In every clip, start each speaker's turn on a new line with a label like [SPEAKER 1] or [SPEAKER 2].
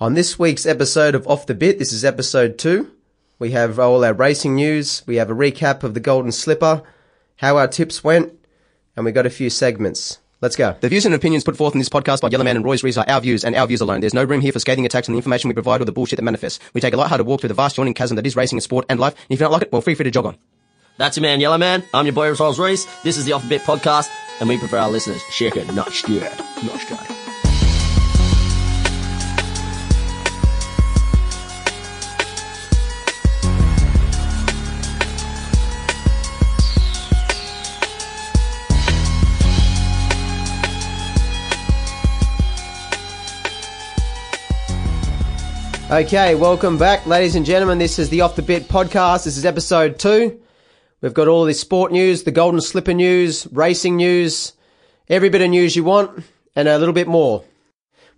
[SPEAKER 1] On this week's episode of Off the Bit, this is episode two. We have all our racing news, we have a recap of the Golden Slipper, how our tips went, and we got a few segments. Let's go. The views and opinions put forth in this podcast by Yellowman and Roy's Rees are our views and our views alone. There's no room here for scathing attacks on the information we provide or the bullshit that manifests. We take a lighthearted walk through the vast yawning chasm that is racing and sport and life, and if you don't like it, well, feel free to jog on.
[SPEAKER 2] That's your man, Yellow Man. I'm your boy, Rolls Royce. This is the Off Bit Podcast, and we prefer our listeners shake it, not scared, not scared.
[SPEAKER 1] Okay, welcome back, ladies and gentlemen. This is the Off the Bit podcast. This is episode two. We've got all this sport news, the Golden Slipper news, racing news, every bit of news you want, and a little bit more.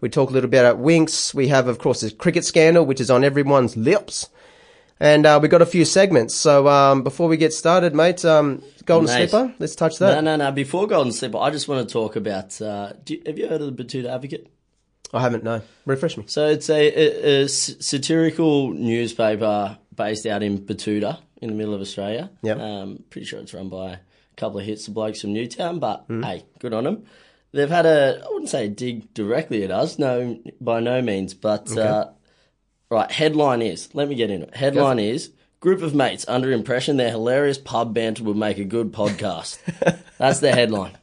[SPEAKER 1] We talk a little bit about Winks. We have, of course, the cricket scandal, which is on everyone's lips. And uh, we've got a few segments. So um, before we get started, mate, um, Golden
[SPEAKER 2] Mate.
[SPEAKER 1] Slipper, let's touch
[SPEAKER 2] No,
[SPEAKER 1] that.
[SPEAKER 2] no, no. Before Golden Slipper, I just want to talk about. Uh, do you, have you heard of the Batuta Advocate?
[SPEAKER 1] I haven't, no. Refresh me.
[SPEAKER 2] So it's a, a, a s- satirical newspaper based out in Batuta in the middle of Australia.
[SPEAKER 1] Yep.
[SPEAKER 2] Um, pretty sure it's run by a couple of hits of blokes from Newtown, but
[SPEAKER 1] Hmm.
[SPEAKER 2] hey, good on them. They've had a, I wouldn't say dig directly at us, no, by no means, but uh, right, headline is, let me get into it. Headline is, group of mates under impression their hilarious pub banter would make a good podcast. That's the headline.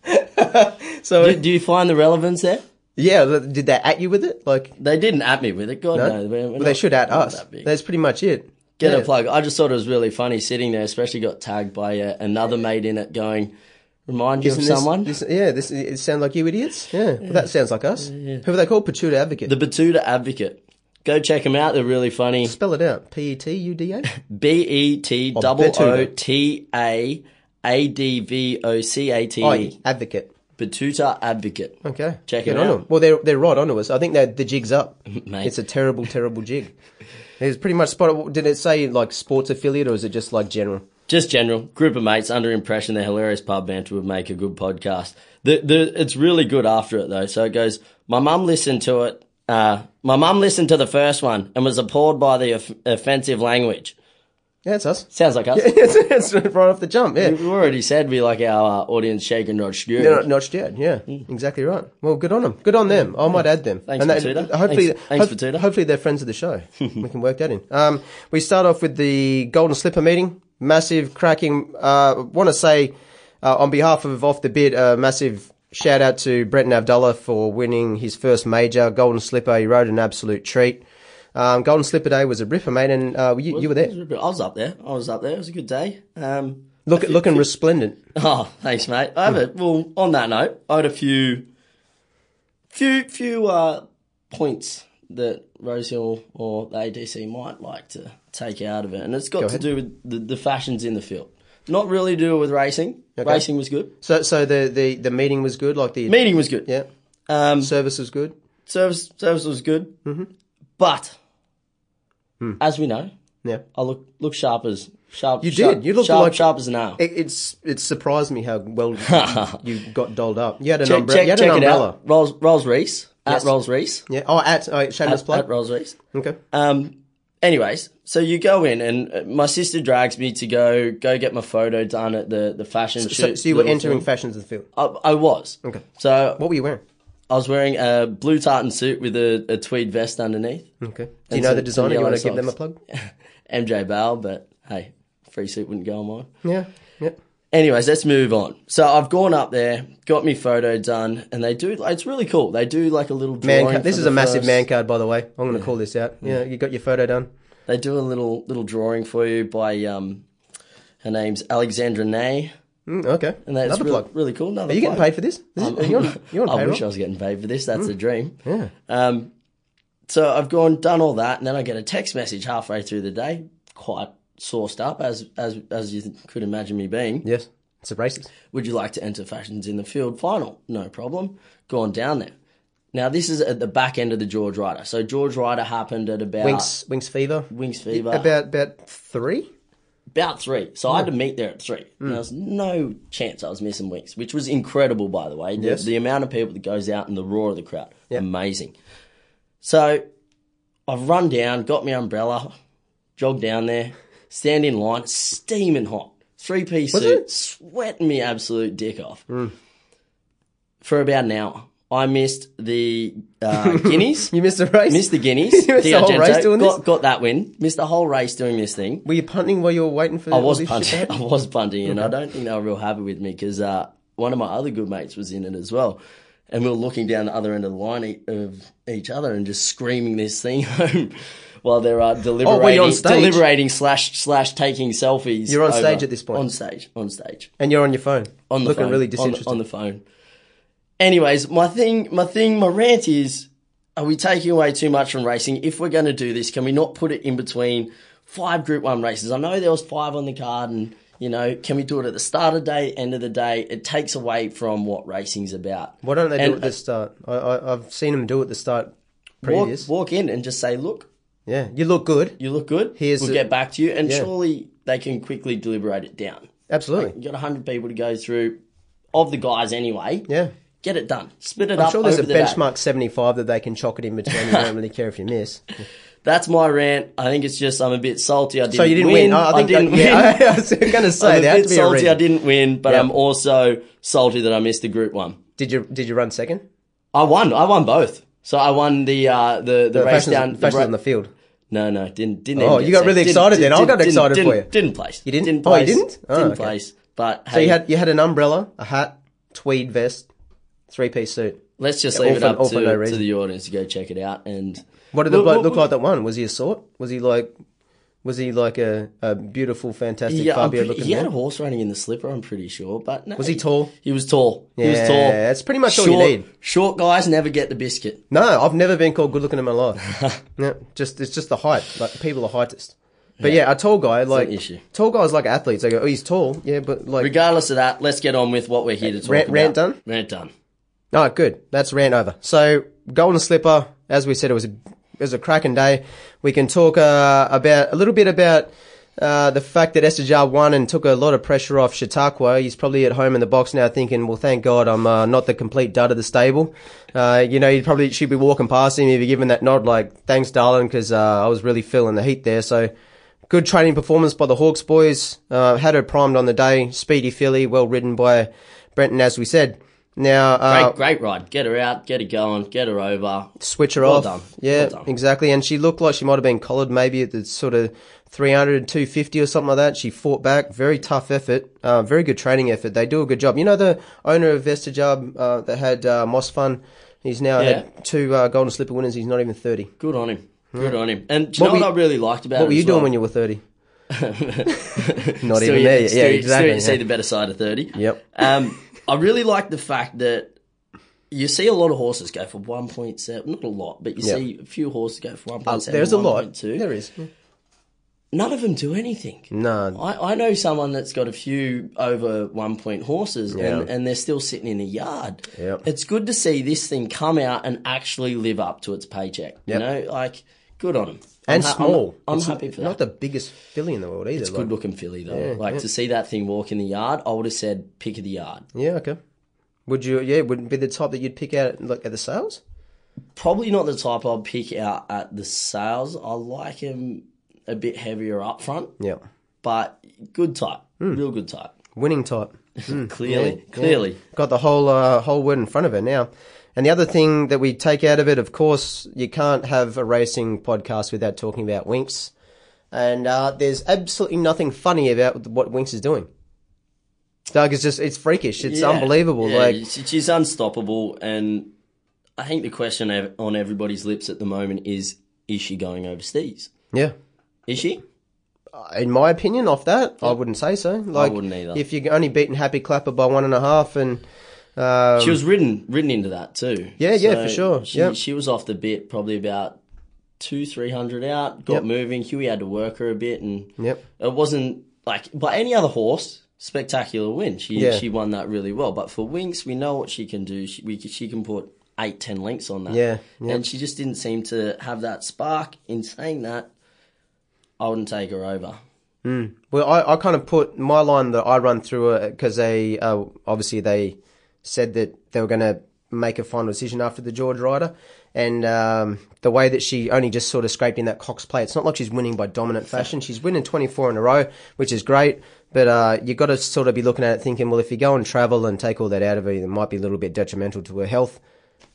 [SPEAKER 1] So,
[SPEAKER 2] Do, do you find the relevance there?
[SPEAKER 1] yeah, th- did they at you with it? Like,
[SPEAKER 2] They didn't at me with it. God, no.
[SPEAKER 1] no?
[SPEAKER 2] we're- we're
[SPEAKER 1] well, they
[SPEAKER 2] not-
[SPEAKER 1] should at
[SPEAKER 2] we're not
[SPEAKER 1] us.
[SPEAKER 2] that big.
[SPEAKER 1] That's pretty much it.
[SPEAKER 2] Get
[SPEAKER 1] Yeah.
[SPEAKER 2] a plug. I just thought it was really funny sitting there, especially got tagged by uh, another mate in it going, remind you
[SPEAKER 1] Isn't
[SPEAKER 2] of
[SPEAKER 1] this-
[SPEAKER 2] someone.
[SPEAKER 1] this- yeah, this it sounds like you idiots. Yeah, Well, that sounds like us. Who are they called? Patuda Advocate.
[SPEAKER 2] the Batuta Advocate. Go check them out. They're really funny.
[SPEAKER 1] Spell it out. P E T U D A.
[SPEAKER 2] B E T O O T A A D V O C A T
[SPEAKER 1] Oh,
[SPEAKER 2] E.
[SPEAKER 1] Advocate.
[SPEAKER 2] Batuta Advocate.
[SPEAKER 1] Okay.
[SPEAKER 2] Check
[SPEAKER 1] Get
[SPEAKER 2] it
[SPEAKER 1] on
[SPEAKER 2] out.
[SPEAKER 1] them. Well, they're they're right onto us. I think that the jig's up.
[SPEAKER 2] Mate.
[SPEAKER 1] It's a terrible, terrible jig. It's pretty much spot. on. Did it say like sports affiliate or is it just like general?
[SPEAKER 2] Just general group of mates under impression their hilarious pub banter would make a good podcast. The, the, it's really good after it though. So it goes. My mum listened to it. Uh, my mum listened to the first one and was appalled by the off- offensive language.
[SPEAKER 1] Yeah, it's us.
[SPEAKER 2] Sounds like us.
[SPEAKER 1] it's, it's right off the jump. Yeah.
[SPEAKER 2] We've already said we like our uh, audience shaken, not skewered.
[SPEAKER 1] They're not notched yet. Yeah, exactly right. Well, good on them. Good on them. I might add them.
[SPEAKER 2] Thanks, Batuta.
[SPEAKER 1] Hopefully,
[SPEAKER 2] Thanks- thanks, Batuta.
[SPEAKER 1] hopefully they're friends of the show. we can work that in. Um, we start off with the Golden Slipper meeting. Massive cracking. Uh, want to say uh, on behalf of Off the Bid, a massive shout out to Breton Abdullah for winning his first major Golden Slipper. He rode an absolute treat. Um, Golden Slipper Day was a ripper, mate, and uh, you, you were there,
[SPEAKER 2] I was up there. I was up there. It was a good day. Um,
[SPEAKER 1] Look, looking resplendent.
[SPEAKER 2] oh, thanks, mate. I have it. Well, on that note, I had a few, few, few uh, points that Rosehill or the ADC might like to take out of it, and it's got to
[SPEAKER 1] ahead.
[SPEAKER 2] do with the, the fashions in the field. Not really to do with racing. Racing was good.
[SPEAKER 1] So, so the, the, the meeting was good, like the
[SPEAKER 2] Meeting was good.
[SPEAKER 1] yeah,
[SPEAKER 2] Um,
[SPEAKER 1] service was good.
[SPEAKER 2] service service was good,
[SPEAKER 1] Mm-hmm.
[SPEAKER 2] but
[SPEAKER 1] Hmm.
[SPEAKER 2] as we know,
[SPEAKER 1] Yeah.
[SPEAKER 2] I look look sharp as sharp. You
[SPEAKER 1] did. You looked
[SPEAKER 2] sharp,
[SPEAKER 1] like-
[SPEAKER 2] sharp as an owl.
[SPEAKER 1] It, it's it surprised me how well you got dolled up. You had an,
[SPEAKER 2] check,
[SPEAKER 1] umbre-
[SPEAKER 2] check,
[SPEAKER 1] you had
[SPEAKER 2] check
[SPEAKER 1] an
[SPEAKER 2] it
[SPEAKER 1] umbrella.
[SPEAKER 2] out. Rolls Rolls Reese at Rolls Reese
[SPEAKER 1] Yeah. Oh, at oh, shameless
[SPEAKER 2] at,
[SPEAKER 1] plug.
[SPEAKER 2] at Rolls Reese.
[SPEAKER 1] okay.
[SPEAKER 2] Um. Anyways, so you go in, and uh, my sister drags me to go go get my photo done at the the fashion
[SPEAKER 1] So,
[SPEAKER 2] shoot.
[SPEAKER 1] so you were
[SPEAKER 2] little
[SPEAKER 1] entering
[SPEAKER 2] thing.
[SPEAKER 1] fashions of the field.
[SPEAKER 2] I, I was. Okay. So
[SPEAKER 1] What were you wearing?
[SPEAKER 2] I was wearing a blue tartan suit with a, a tweed vest underneath.
[SPEAKER 1] Okay. Hmm. Do you know
[SPEAKER 2] some-
[SPEAKER 1] the designer?
[SPEAKER 2] some
[SPEAKER 1] You want to
[SPEAKER 2] yellow
[SPEAKER 1] give them a
[SPEAKER 2] socks.
[SPEAKER 1] plug?
[SPEAKER 2] MJ Bale, but hey, free suit wouldn't go on mine.
[SPEAKER 1] Yeah. Yeah.
[SPEAKER 2] Anyways, let's move on. So I've gone up there, got me photo done, and they do. It's really cool. They do like a little drawing.
[SPEAKER 1] Man, card. this
[SPEAKER 2] for
[SPEAKER 1] is
[SPEAKER 2] the
[SPEAKER 1] a massive
[SPEAKER 2] first-
[SPEAKER 1] man card, by the way. I'm going to call this out. Yeah. You got your photo done.
[SPEAKER 2] They do a little little drawing for you by um, her name's Alexandra Nay,
[SPEAKER 1] Mm, okay.
[SPEAKER 2] and that's
[SPEAKER 1] Another
[SPEAKER 2] really,
[SPEAKER 1] plug.
[SPEAKER 2] really cool. Another
[SPEAKER 1] Are you getting paid for this? This is- are you on, you're on
[SPEAKER 2] I wish I
[SPEAKER 1] payroll. Hmm.
[SPEAKER 2] was getting paid for this. That's a dream.
[SPEAKER 1] Yeah.
[SPEAKER 2] Um, so I've gone done all that, and then I get a text message halfway through the day, quite sourced up as as as you could imagine me being.
[SPEAKER 1] Yes. It's a racist.
[SPEAKER 2] Would you like to enter Fashions in the Field final? No problem. Gone down there. Now, this is at the back end of the George Ryder. So, George Ryder happened at about Wings,
[SPEAKER 1] Wings. Wings fever.
[SPEAKER 2] Fever, about,
[SPEAKER 1] About about three.
[SPEAKER 2] three. So, I had to
[SPEAKER 1] Hmm.
[SPEAKER 2] meet there at three. And there was no chance I was missing Wings, which was incredible, by the way. The, the amount of people that goes out and the roar of the crowd. Amazing. So, I've run down, got my umbrella, jogged down there, stand in line, steaming hot, three piece
[SPEAKER 1] Was
[SPEAKER 2] suit,
[SPEAKER 1] it? Hmm.
[SPEAKER 2] sweating me absolute dick off for about an hour. I missed the uh, guineas.
[SPEAKER 1] You missed a race.
[SPEAKER 2] Missed the guineas.
[SPEAKER 1] You missed the whole
[SPEAKER 2] D'Argento.
[SPEAKER 1] race doing
[SPEAKER 2] got,
[SPEAKER 1] this?
[SPEAKER 2] Got that win. Missed the whole race doing this thing.
[SPEAKER 1] Were you punting while you were waiting for?
[SPEAKER 2] I was
[SPEAKER 1] all this shit to
[SPEAKER 2] punting.
[SPEAKER 1] happen?
[SPEAKER 2] I was punting, and I don't think they were real happy with me because uh, one of my other good mates was in it as well, and we were looking down the other end of the line e- of each other and just screaming this thing home while they're uh, deliberating,
[SPEAKER 1] Oh, were you on stage?
[SPEAKER 2] deliberating slash slash taking selfies.
[SPEAKER 1] You're on stage at this point?
[SPEAKER 2] On stage. On stage
[SPEAKER 1] And you're on your phone.
[SPEAKER 2] on the
[SPEAKER 1] looking
[SPEAKER 2] phone,
[SPEAKER 1] really
[SPEAKER 2] on the-
[SPEAKER 1] disinterested.
[SPEAKER 2] on, the phone. Anyways, my thing, my thing, my rant is: Are we taking away too much from racing? If we're going to do this, can we not put it in between five Group One races? I know there was five on the card, and you know, can we do it at the start of the day, end of the day? It takes away from what racing's about.
[SPEAKER 1] Why don't they do
[SPEAKER 2] And-
[SPEAKER 1] it at the start? I, I, I've seen them do it at the start.
[SPEAKER 2] Walk,
[SPEAKER 1] Previous,
[SPEAKER 2] walk in and just say, "Look,
[SPEAKER 1] yeah. You look good.
[SPEAKER 2] you look good.
[SPEAKER 1] Here's
[SPEAKER 2] we'll
[SPEAKER 1] the-
[SPEAKER 2] get back to you." And surely they can quickly deliberate it down.
[SPEAKER 1] Absolutely.
[SPEAKER 2] You got hundred people to go through, of the guys anyway.
[SPEAKER 1] Yeah.
[SPEAKER 2] Get it done. Split it
[SPEAKER 1] I'm
[SPEAKER 2] up.
[SPEAKER 1] sure there's
[SPEAKER 2] over
[SPEAKER 1] a
[SPEAKER 2] the day.
[SPEAKER 1] benchmark 75 that they can chalk it in between. You don't really care if you miss.
[SPEAKER 2] That's my rant. I think it's just I'm a bit salty. I didn't,
[SPEAKER 1] So you didn't win. I, I think
[SPEAKER 2] didn't
[SPEAKER 1] that-
[SPEAKER 2] win.
[SPEAKER 1] yeah, I was going to say
[SPEAKER 2] I'm a
[SPEAKER 1] there had
[SPEAKER 2] bit
[SPEAKER 1] to be a
[SPEAKER 2] salty. I
[SPEAKER 1] reason.
[SPEAKER 2] didn't win, but
[SPEAKER 1] Yeah.
[SPEAKER 2] I'm also salty that I missed the group one.
[SPEAKER 1] Did you did you run second?
[SPEAKER 2] I won. I won both. So I won the uh, the, the,
[SPEAKER 1] The
[SPEAKER 2] race
[SPEAKER 1] fashions,
[SPEAKER 2] down.
[SPEAKER 1] fashions
[SPEAKER 2] ra-
[SPEAKER 1] on the field.
[SPEAKER 2] no, no, didn't didn't.
[SPEAKER 1] Oh,
[SPEAKER 2] even
[SPEAKER 1] you
[SPEAKER 2] get
[SPEAKER 1] got really
[SPEAKER 2] second.
[SPEAKER 1] excited then. I got
[SPEAKER 2] didn't-
[SPEAKER 1] excited
[SPEAKER 2] didn't-
[SPEAKER 1] for you.
[SPEAKER 2] Didn't place. You
[SPEAKER 1] didn't?
[SPEAKER 2] Didn't
[SPEAKER 1] Oh, you
[SPEAKER 2] place.
[SPEAKER 1] didn't? Oh,
[SPEAKER 2] didn't
[SPEAKER 1] okay.
[SPEAKER 2] place. But hey,
[SPEAKER 1] So you had you had an umbrella, a hat, tweed vest, three piece suit.
[SPEAKER 2] let's just
[SPEAKER 1] all
[SPEAKER 2] leave it
[SPEAKER 1] for-
[SPEAKER 2] up
[SPEAKER 1] all
[SPEAKER 2] to,
[SPEAKER 1] for no
[SPEAKER 2] to
[SPEAKER 1] reason.
[SPEAKER 2] the audience to go check it out. And
[SPEAKER 1] What did the
[SPEAKER 2] Well,
[SPEAKER 1] bloke
[SPEAKER 2] well,
[SPEAKER 1] look like that won? Was he a sort? Was he like was he like a, a beautiful, fantastic
[SPEAKER 2] yeah, I'm
[SPEAKER 1] Fabio
[SPEAKER 2] pretty,
[SPEAKER 1] looking
[SPEAKER 2] he had a
[SPEAKER 1] man?
[SPEAKER 2] horse running in the slipper. I'm pretty sure, but no,
[SPEAKER 1] Was he tall?
[SPEAKER 2] He was tall. He was
[SPEAKER 1] Yeah,
[SPEAKER 2] tall.
[SPEAKER 1] that's pretty much all
[SPEAKER 2] short,
[SPEAKER 1] you need.
[SPEAKER 2] Short guys never get the biscuit.
[SPEAKER 1] No, I've never been called good looking in my life. no, just it's just the height. Like people are heightest. But yeah, a tall guy like
[SPEAKER 2] an issue.
[SPEAKER 1] tall guys like athletes. They go, oh, he's tall. Yeah, but like
[SPEAKER 2] Regardless of that, let's get on with what we're here to talk
[SPEAKER 1] Rant-
[SPEAKER 2] about.
[SPEAKER 1] rant done?
[SPEAKER 2] Rant done.
[SPEAKER 1] Oh, good. That's ran over. So, Golden Slipper, as we said, it was a, it was a cracking day. We can talk uh, about a little bit about uh, the fact that Estajar won and took a lot of pressure off Chautauqua. He's probably at home in the box now thinking, well, thank God I'm uh, not the complete dud of the stable. Uh, you know, he'd probably should be walking past him, he'd be giving that nod like, thanks, darling, because uh, I was really feeling the heat there. So, good training performance by the Hawks boys. Uh, had her primed on the day. Speedy filly, well ridden by Brenton, as we said. Now, uh,
[SPEAKER 2] Great, great ride. Get her out. Get her going. Get her over.
[SPEAKER 1] switch her
[SPEAKER 2] Well
[SPEAKER 1] off.
[SPEAKER 2] done.
[SPEAKER 1] Yeah,
[SPEAKER 2] Well done.
[SPEAKER 1] exactly. And she looked like she might have been collared maybe at the sort of 300, 250 or something like that. She fought back. Very tough effort. Uh, very good training effort. They do a good job. You know the owner of Vestajab uh, that had uh, Moss Fun? He's now
[SPEAKER 2] Yeah.
[SPEAKER 1] had two uh, Golden Slipper winners. He's not even 30.
[SPEAKER 2] Good on him. Good on him. And do you
[SPEAKER 1] Hmm. What
[SPEAKER 2] know
[SPEAKER 1] were
[SPEAKER 2] what I really liked about
[SPEAKER 1] What were you doing when you were 30? not
[SPEAKER 2] still,
[SPEAKER 1] even
[SPEAKER 2] you-
[SPEAKER 1] there. yet.
[SPEAKER 2] still,
[SPEAKER 1] yeah,
[SPEAKER 2] you-
[SPEAKER 1] exactly.
[SPEAKER 2] Still, you see
[SPEAKER 1] yeah.
[SPEAKER 2] the better side of thirty.
[SPEAKER 1] Yep.
[SPEAKER 2] Um, I really like the fact that you see a lot of horses go for one point seven. Not a lot, but you
[SPEAKER 1] Yeah. Uh,
[SPEAKER 2] see a few horses go for one point seven.
[SPEAKER 1] There's a lot.
[SPEAKER 2] 1.2.
[SPEAKER 1] There is.
[SPEAKER 2] None of them do anything.
[SPEAKER 1] Mm. No.
[SPEAKER 2] I, I know someone that's got a few over one point horses and,
[SPEAKER 1] Yeah.
[SPEAKER 2] and they're still sitting in a yard.
[SPEAKER 1] Yep.
[SPEAKER 2] It's good to see this thing come out and actually live up to its paycheck.
[SPEAKER 1] Yep.
[SPEAKER 2] You know, like, good on them.
[SPEAKER 1] And small.
[SPEAKER 2] I'm,
[SPEAKER 1] It's
[SPEAKER 2] happy for that.
[SPEAKER 1] Not the biggest filly in the world either. like-
[SPEAKER 2] good looking filly, though. like, to see that thing walk in the yard, I would have said pick of the yard.
[SPEAKER 1] Yeah, okay. Would you? Yeah, would it be the type that you'd pick out like at the sales?
[SPEAKER 2] Probably not the type I'd pick out at the sales. I like him a bit heavier up front,
[SPEAKER 1] Yeah,
[SPEAKER 2] but good type.
[SPEAKER 1] Hmm.
[SPEAKER 2] Real good type.
[SPEAKER 1] winning type.
[SPEAKER 2] clearly. Clearly.
[SPEAKER 1] Got the whole uh, whole word in front of her now. And the other thing that we take out of it, of course, you can't have a racing podcast without talking about Winks. And uh, there's absolutely nothing funny about what Winks is doing. Doug is just, it's freakish. It's
[SPEAKER 2] Yeah.
[SPEAKER 1] unbelievable.
[SPEAKER 2] Yeah,
[SPEAKER 1] like,
[SPEAKER 2] she- she's unstoppable, and I think the question ev- on everybody's lips at the moment is: Is she going overseas?
[SPEAKER 1] yeah.
[SPEAKER 2] Is she?
[SPEAKER 1] in my opinion, off that, I wouldn't say so. Like,
[SPEAKER 2] wouldn't either.
[SPEAKER 1] If you're only beating Happy Clapper by one and a half, and uh,
[SPEAKER 2] She was ridden ridden into that too.
[SPEAKER 1] Yeah, yeah, for sure.
[SPEAKER 2] She,
[SPEAKER 1] Yep.
[SPEAKER 2] she was off the bit, probably about two, three hundred out. Got
[SPEAKER 1] Yep.
[SPEAKER 2] moving. Huey had to work her a bit, and
[SPEAKER 1] yep,
[SPEAKER 2] it wasn't like by any other horse. Spectacular win. She
[SPEAKER 1] Yeah.
[SPEAKER 2] she won that really well. But for Winks, we know what she can do. She we, she can put eight, ten lengths on that.
[SPEAKER 1] Yeah, yeah.
[SPEAKER 2] And she just didn't seem to have that spark. In saying that, I wouldn't take her over.
[SPEAKER 1] Well, I, I kind of put my uh, line that I run through because they uh, obviously they said that they were going to make a final decision after the George Ryder. And um, the way that she only just sort of scraped in that Cox play, it's not like she's winning by dominant fashion. She's winning 24 in a row, which is great. But uh, you've got to sort of be looking at it thinking, well, if you go and travel and take all that out of her, it might be a little bit detrimental to her health.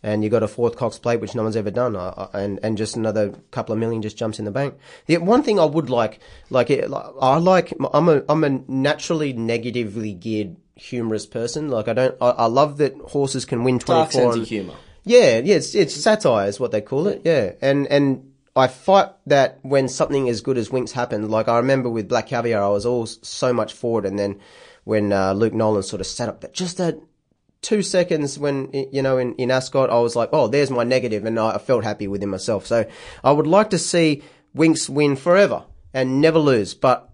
[SPEAKER 1] And you got a fourth Cox plate, which no one's ever done, uh, uh, and and just another couple of million just jumps in the bank. The one thing I would like, like, it, like I like, I'm a I'm a naturally negatively geared humorous person. Like I don't, I, I love that horses can win
[SPEAKER 2] Dark
[SPEAKER 1] 24
[SPEAKER 2] sense
[SPEAKER 1] on-
[SPEAKER 2] of humour.
[SPEAKER 1] yeah, yeah, it's, it's satire is what they call it. Yeah, and and I fight that when something as good as Winks happened. Like I remember with Black Caviar, I was all s- so much for it, and then when uh, Luke Nolan sort of set up that just that two seconds when i- you know in, in Ascot, I was like, oh, there's my negative, and I, I felt happy within myself. So I would like to see Winks win forever and never lose, but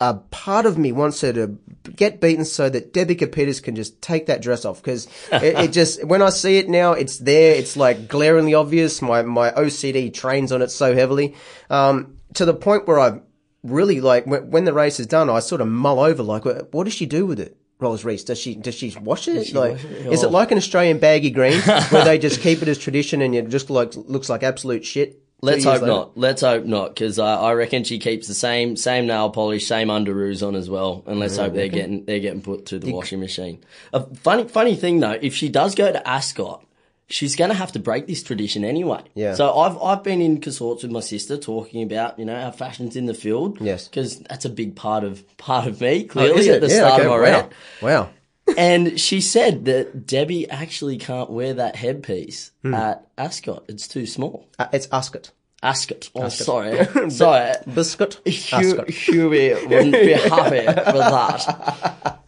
[SPEAKER 1] a part of me wants her to get beaten so that Debica Peters can just take that dress off because it, it just when I see it now, it's there. It's like glaringly obvious. My my OCD trains on it so heavily um, to the point where I really like when, when the race is done, I sort of mull over like, what what does she do with it? Rolls Reese, does she does she wash it? like, is
[SPEAKER 2] Oh.
[SPEAKER 1] it like an Australian baggy green where they just keep it as tradition and it just like looks like absolute shit? two
[SPEAKER 2] Let's
[SPEAKER 1] years
[SPEAKER 2] hope
[SPEAKER 1] later?
[SPEAKER 2] not. Let's hope not, because I, I reckon she keeps the same same nail polish, same underoos on as well. And let's hope they're getting they're getting put through the washing machine. A funny funny thing though, if she does go to Ascot, she's going to have to break this tradition anyway.
[SPEAKER 1] Yeah.
[SPEAKER 2] So I've I've been in consorts with my sister talking about you know our fashions in the field.
[SPEAKER 1] Yes. Oh,
[SPEAKER 2] because that's a big part of part of me
[SPEAKER 1] Is
[SPEAKER 2] clearly
[SPEAKER 1] it?
[SPEAKER 2] at the
[SPEAKER 1] Yeah,
[SPEAKER 2] start
[SPEAKER 1] okay,
[SPEAKER 2] of my
[SPEAKER 1] wow.
[SPEAKER 2] round.
[SPEAKER 1] Wow.
[SPEAKER 2] and she said that Debbie actually can't wear that headpiece
[SPEAKER 1] Hmm.
[SPEAKER 2] at Ascot. It's too small.
[SPEAKER 1] Uh, it's Ascot.
[SPEAKER 2] Ascot. Oh, sorry. sorry.
[SPEAKER 1] Biscuit.
[SPEAKER 2] Hugh, Huey wouldn't be happy with that.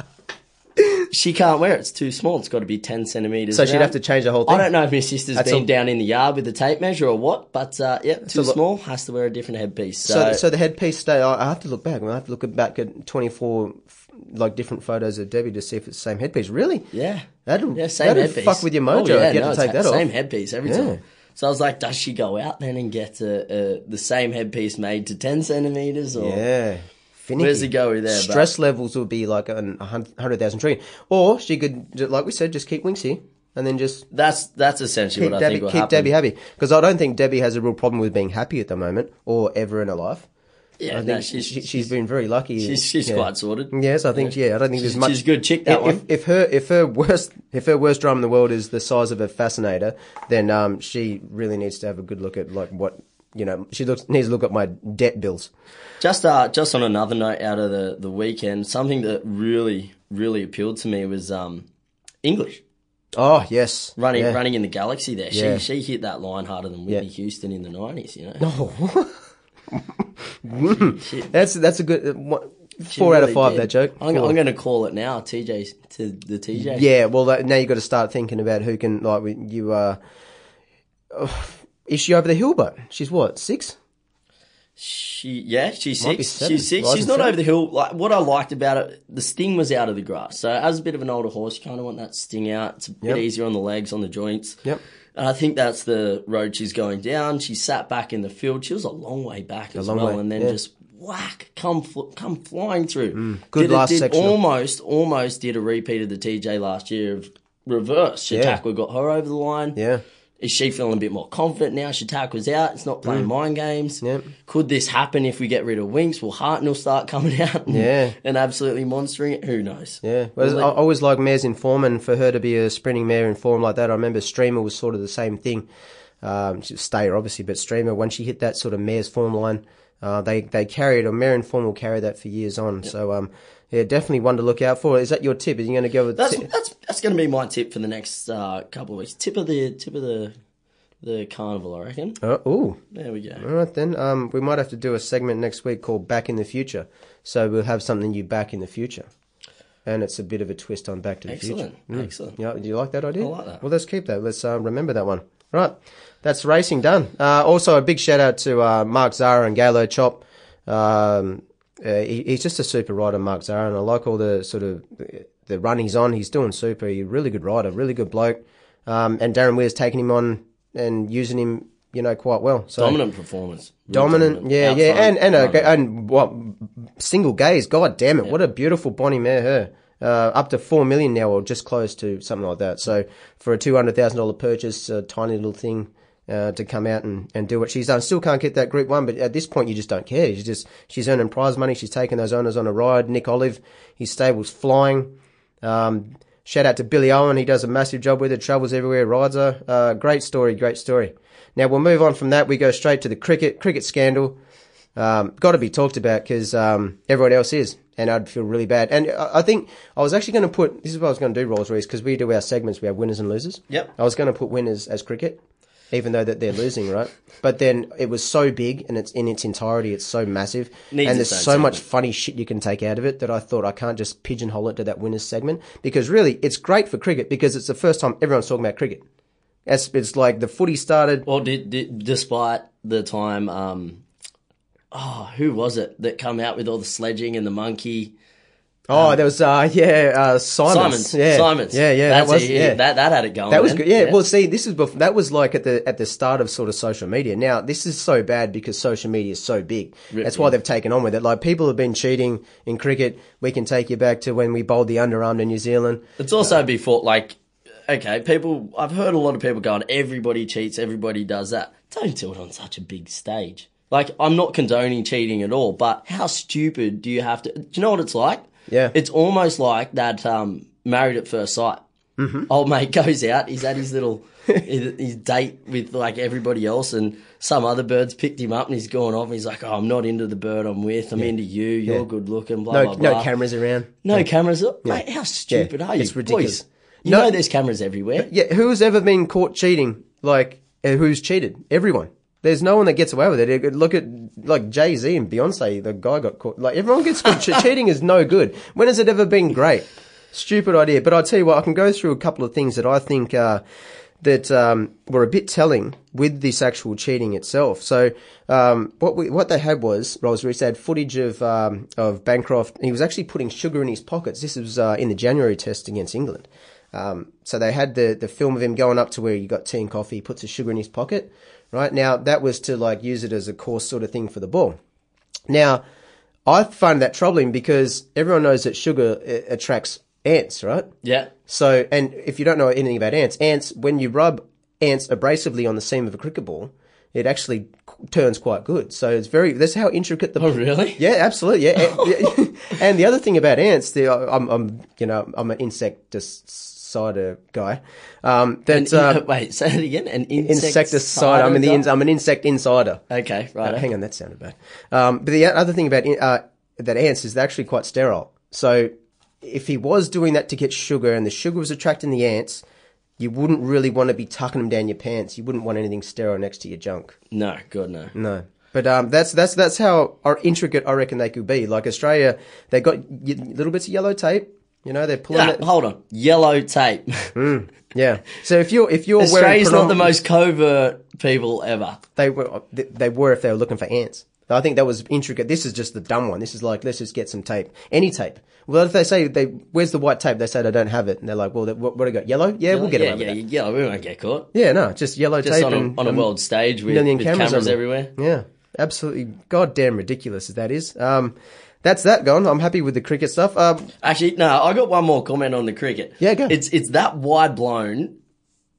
[SPEAKER 2] She can't wear it. It's too small. It's got to be 10 centimetres.
[SPEAKER 1] So she'd
[SPEAKER 2] round.
[SPEAKER 1] have to change the whole
[SPEAKER 2] I
[SPEAKER 1] thing?
[SPEAKER 2] don't know if my sister's been
[SPEAKER 1] a-
[SPEAKER 2] down in the yard with the tape measure or what, but uh, yeah, too
[SPEAKER 1] lo-
[SPEAKER 2] small. Has to wear a different headpiece.
[SPEAKER 1] So,
[SPEAKER 2] So,
[SPEAKER 1] so the headpiece stay. I I have to look back. I have to look back at twenty four, like different photos of Debbie to see if it's the same headpiece. Really?
[SPEAKER 2] yeah.
[SPEAKER 1] That'll,
[SPEAKER 2] Yeah, same
[SPEAKER 1] that'll
[SPEAKER 2] headpiece.
[SPEAKER 1] fuck with your mojo
[SPEAKER 2] Oh, yeah,
[SPEAKER 1] if you
[SPEAKER 2] no,
[SPEAKER 1] have to
[SPEAKER 2] it's
[SPEAKER 1] take
[SPEAKER 2] ha-
[SPEAKER 1] that off.
[SPEAKER 2] Same headpiece every time. So I was like, does she go out then and get uh, uh, the same headpiece made to 10 centimetres? Or
[SPEAKER 1] Yeah. Finicky.
[SPEAKER 2] Where's the go with there, bro?
[SPEAKER 1] Stress levels will be like an a hun- 100,000 trillion. Or she could, ju- like we said, just keep Winks here and then just
[SPEAKER 2] That's, that's essentially
[SPEAKER 1] keep,
[SPEAKER 2] what I
[SPEAKER 1] Debbie,
[SPEAKER 2] think will
[SPEAKER 1] keep
[SPEAKER 2] happen.
[SPEAKER 1] Debbie happy. Because I don't think Debbie has a real problem with being happy at the moment or ever in her life. I
[SPEAKER 2] yeah,
[SPEAKER 1] think
[SPEAKER 2] no,
[SPEAKER 1] she,
[SPEAKER 2] she's,
[SPEAKER 1] she's, been very lucky.
[SPEAKER 2] she's, she's
[SPEAKER 1] yeah.
[SPEAKER 2] quite sorted.
[SPEAKER 1] Yes, I think yeah. I don't think
[SPEAKER 2] She's,
[SPEAKER 1] there's much.
[SPEAKER 2] she's a good chick, that
[SPEAKER 1] if,
[SPEAKER 2] one.
[SPEAKER 1] If her if her worst if her worst drum in the world is the size of a fascinator, then um, she really needs to have a good look at like what you know. She looks needs to look at my debt bills.
[SPEAKER 2] Just uh, just on another note, out of the, the weekend, something that really really appealed to me was um, English
[SPEAKER 1] Oh yes,
[SPEAKER 2] running
[SPEAKER 1] Yeah.
[SPEAKER 2] running in the galaxy. There,
[SPEAKER 1] Yeah.
[SPEAKER 2] she she hit that line harder than Whitney Houston in the nineties. You know,
[SPEAKER 1] That's that's a good uh, one-
[SPEAKER 2] She
[SPEAKER 1] four out of
[SPEAKER 2] really
[SPEAKER 1] five.
[SPEAKER 2] did.
[SPEAKER 1] That joke.
[SPEAKER 2] I'm,
[SPEAKER 1] Four.
[SPEAKER 2] I'm going to call it now. TJ's to the TJ.
[SPEAKER 1] yeah, well that, now you got to start thinking about who can like we- you. Uh, is she over the hill? But she's what six?
[SPEAKER 2] She yeah, she's
[SPEAKER 1] be
[SPEAKER 2] six.
[SPEAKER 1] seven.
[SPEAKER 2] She's six.
[SPEAKER 1] Rising
[SPEAKER 2] she's not
[SPEAKER 1] seven.
[SPEAKER 2] over the hill. Like what I liked about it, the sting was out of the grass. So as a bit of an older horse, you kind of want that sting out. It's a bit
[SPEAKER 1] Yep.
[SPEAKER 2] easier on the legs, on the joints.
[SPEAKER 1] Yep.
[SPEAKER 2] And I think that's the road she's going down. She sat back in the field. She was a long way back as
[SPEAKER 1] long
[SPEAKER 2] well,
[SPEAKER 1] way,
[SPEAKER 2] and then
[SPEAKER 1] yeah. Mm.
[SPEAKER 2] just whack, come fl- come flying through.
[SPEAKER 1] Good
[SPEAKER 2] did, a-
[SPEAKER 1] last
[SPEAKER 2] did
[SPEAKER 1] sectional.
[SPEAKER 2] Almost, almost did a repeat of the TJ last year of reverse. Chautauqua got her over the line.
[SPEAKER 1] Yeah.
[SPEAKER 2] Is she feeling a bit more confident now? Chautauqua's out. It's not
[SPEAKER 1] Mm.
[SPEAKER 2] playing mind games.
[SPEAKER 1] Yep.
[SPEAKER 2] Could this happen if we get rid of Winks? Will Hartnell start coming out and,
[SPEAKER 1] Yeah.
[SPEAKER 2] and absolutely monstering it? Who knows?
[SPEAKER 1] Yeah, well, I I always like mares in form, and for her to be a sprinting mare in form like that, I remember Streamer was sort of the same thing. Um, she was stayer, obviously, but Streamer, when she hit that sort of mare's form line, uh, they they carried or mare in form will carry that for years on. So um, yeah, definitely one to look out for. Is that your tip? Are you going to go with?
[SPEAKER 2] That's
[SPEAKER 1] ti-
[SPEAKER 2] that's that's going to be my tip for the next uh, couple of weeks. Tip of the tip of the the carnival, I reckon.
[SPEAKER 1] Uh, ooh,
[SPEAKER 2] There we
[SPEAKER 1] all
[SPEAKER 2] go.
[SPEAKER 1] right then. Um, we might have to do a segment next week called "Back in the Future," so we'll have something you back in the future, and it's a bit of a twist on Back to the Future.
[SPEAKER 2] Excellent, excellent.
[SPEAKER 1] Yeah, do you like that idea? I
[SPEAKER 2] like that.
[SPEAKER 1] Well, let's keep that. Let's uh, remember that one. Right, that's racing done. Uh, also, a big shout out to uh, Mark Zara and Galo Chop. Um, uh, he, he's just a super rider, Mark Zara, and I like all the sort of the run he's on. He's doing super. He's a really good rider, really good bloke. Um, and Darren Weir's taking him on and using him, you know, quite well. So
[SPEAKER 2] Dominant performance. Really
[SPEAKER 1] dominant, yeah,
[SPEAKER 2] Out
[SPEAKER 1] yeah,
[SPEAKER 2] front,
[SPEAKER 1] and and a,
[SPEAKER 2] front.
[SPEAKER 1] and what single gaze? God damn it! What a beautiful Bonnie mare her. uh, up to four million now, or just close to something like that. So for a two hundred thousand dollar purchase, a tiny little thing. Uh, to come out and, and do what she's done. Still can't get that group one, but at this point you just don't care. She's just she's earning prize money. She's taking those owners on a ride. Nick Olive, his stable's flying. Um, shout out to Billy Owen. He does a massive job with her. Travels everywhere, rides her. Uh, great story, great story. Now we'll move on from that. We go straight to the cricket cricket scandal. Um, got to be talked about because um, everyone else is, and I'd feel really bad. And I, I think I was actually going to put this is what I was going to do, Rolls Royce, because we do our segments. We have winners and losers.
[SPEAKER 2] Yep.
[SPEAKER 1] I was going to put winners as cricket, even though that they're losing, right? But then it was so big and it's in its entirety, it's so massive,
[SPEAKER 2] Needs
[SPEAKER 1] and
[SPEAKER 2] its
[SPEAKER 1] there's
[SPEAKER 2] own
[SPEAKER 1] so much funny shit you can take out of it that I thought I can't just pigeonhole it to that winners segment because really it's great for cricket because it's the first time everyone's talking about cricket. It's, it's like the footy started.
[SPEAKER 2] Well, did, did, despite the time, um, oh, who was it that come out with all the sledging and the monkey?
[SPEAKER 1] Oh, there was uh yeah uh, Simons.
[SPEAKER 2] Simons,
[SPEAKER 1] yeah
[SPEAKER 2] Simons,
[SPEAKER 1] yeah yeah
[SPEAKER 2] That's
[SPEAKER 1] that was
[SPEAKER 2] it.
[SPEAKER 1] yeah
[SPEAKER 2] that that had it going.
[SPEAKER 1] That was
[SPEAKER 2] man.
[SPEAKER 1] good. Yeah, Well, see, this is before, that was like at the at the start of sort of social media. Now this is so bad because social media is so big. That's why they've taken on with it. Like people have been cheating in cricket. We can take you back to when we bowled the underarm to New Zealand.
[SPEAKER 2] It's also before, like, okay, people, I've heard a lot of people going, everybody cheats, everybody does that. Don't do it on such a big stage. Like, I'm not condoning cheating at all, but how stupid do you have to? Do you know what it's like?
[SPEAKER 1] Yeah.
[SPEAKER 2] It's almost like that um, married at first sight.
[SPEAKER 1] Mm-hmm.
[SPEAKER 2] Old mate goes out, he's at his little his his date with like everybody else, and some other bird's picked him up and he's gone off. And he's like, Oh, I'm not into the bird I'm with, I'm into you, you're good looking, blah,
[SPEAKER 1] No,
[SPEAKER 2] blah, blah.
[SPEAKER 1] no cameras around.
[SPEAKER 2] No cameras. Mate, how stupid
[SPEAKER 1] Yeah,
[SPEAKER 2] are you?
[SPEAKER 1] it's ridiculous.
[SPEAKER 2] Boys, you
[SPEAKER 1] No-
[SPEAKER 2] know there's cameras everywhere.
[SPEAKER 1] Yeah, who's ever been caught cheating? Like uh, who's cheated? Everyone. There's no one that gets away with it. it. Look at like Jay Z and Beyonce. The guy got caught. Like everyone gets caught. Che- cheating is no good. When has it ever been great? Stupid idea. But I tell you what, I can go through a couple of things that I think uh, that um, were a bit telling with this actual cheating itself. So um, what we, what they had was Rolls Royce they had footage of um, of Bancroft. He was actually putting sugar in his pockets. This was uh, in the January test against England. Um, so they had the, the film of him going up to where you got tea and coffee, he puts his sugar in his pocket, right? Now that was to like use it as a course sort of thing for the ball. Now, I find that troubling because everyone knows that sugar uh, attracts ants, right?
[SPEAKER 2] Yeah.
[SPEAKER 1] So, and if you don't know anything about ants, ants, when you rub ants abrasively on the seam of a cricket ball, it actually c- turns quite good. So it's very, that's how intricate the
[SPEAKER 2] Oh, really?
[SPEAKER 1] yeah, absolutely. Yeah, and, and the other thing about ants, the, I'm, I'm, you know, I'm an insecticide guy. Um, that uh,
[SPEAKER 2] Wait, say that again. An
[SPEAKER 1] insecticide.
[SPEAKER 2] insecticide.
[SPEAKER 1] I'm in the, ins- I'm an insect insider.
[SPEAKER 2] Okay, right.
[SPEAKER 1] Hang on, that sounded bad. Um, but the other thing about uh, that ants is they're actually quite sterile. So if he was doing that to get sugar, and the sugar was attracting the ants, you wouldn't really want to be tucking them down your pants. You wouldn't want anything sterile next to your junk.
[SPEAKER 2] No, God, no.
[SPEAKER 1] No. But um, that's that's that's how ar- intricate I reckon they could be. Like Australia, they got y- little bits of yellow tape. You know, they're pulling
[SPEAKER 2] Ah,
[SPEAKER 1] it.
[SPEAKER 2] hold on. Yellow tape.
[SPEAKER 1] Yeah. So if you're if you're wearing
[SPEAKER 2] Australia's not the
[SPEAKER 1] predomin-
[SPEAKER 2] most covert people ever.
[SPEAKER 1] they were they- they were if they were looking for ants. I think that was intricate. This is just the dumb one. This is like let's just get some tape, any tape. Well, if they say they where's the white tape, they say they don't have it, and they're like, well, that, what, what do I got? Yellow? Yeah, we'll get
[SPEAKER 2] yeah,
[SPEAKER 1] away with
[SPEAKER 2] yeah,
[SPEAKER 1] that.
[SPEAKER 2] yellow. We won't get caught.
[SPEAKER 1] Yeah, no, just yellow
[SPEAKER 2] Just
[SPEAKER 1] tape
[SPEAKER 2] on a,
[SPEAKER 1] and
[SPEAKER 2] on a world stage with,
[SPEAKER 1] million
[SPEAKER 2] with
[SPEAKER 1] cameras
[SPEAKER 2] cameras,
[SPEAKER 1] on it.
[SPEAKER 2] everywhere.
[SPEAKER 1] Yeah, absolutely goddamn ridiculous as that is. Um, that's that gone. I'm happy with the cricket stuff. Um,
[SPEAKER 2] Actually, no. I got one more comment on the cricket.
[SPEAKER 1] Yeah, go.
[SPEAKER 2] It's it's that wide blown.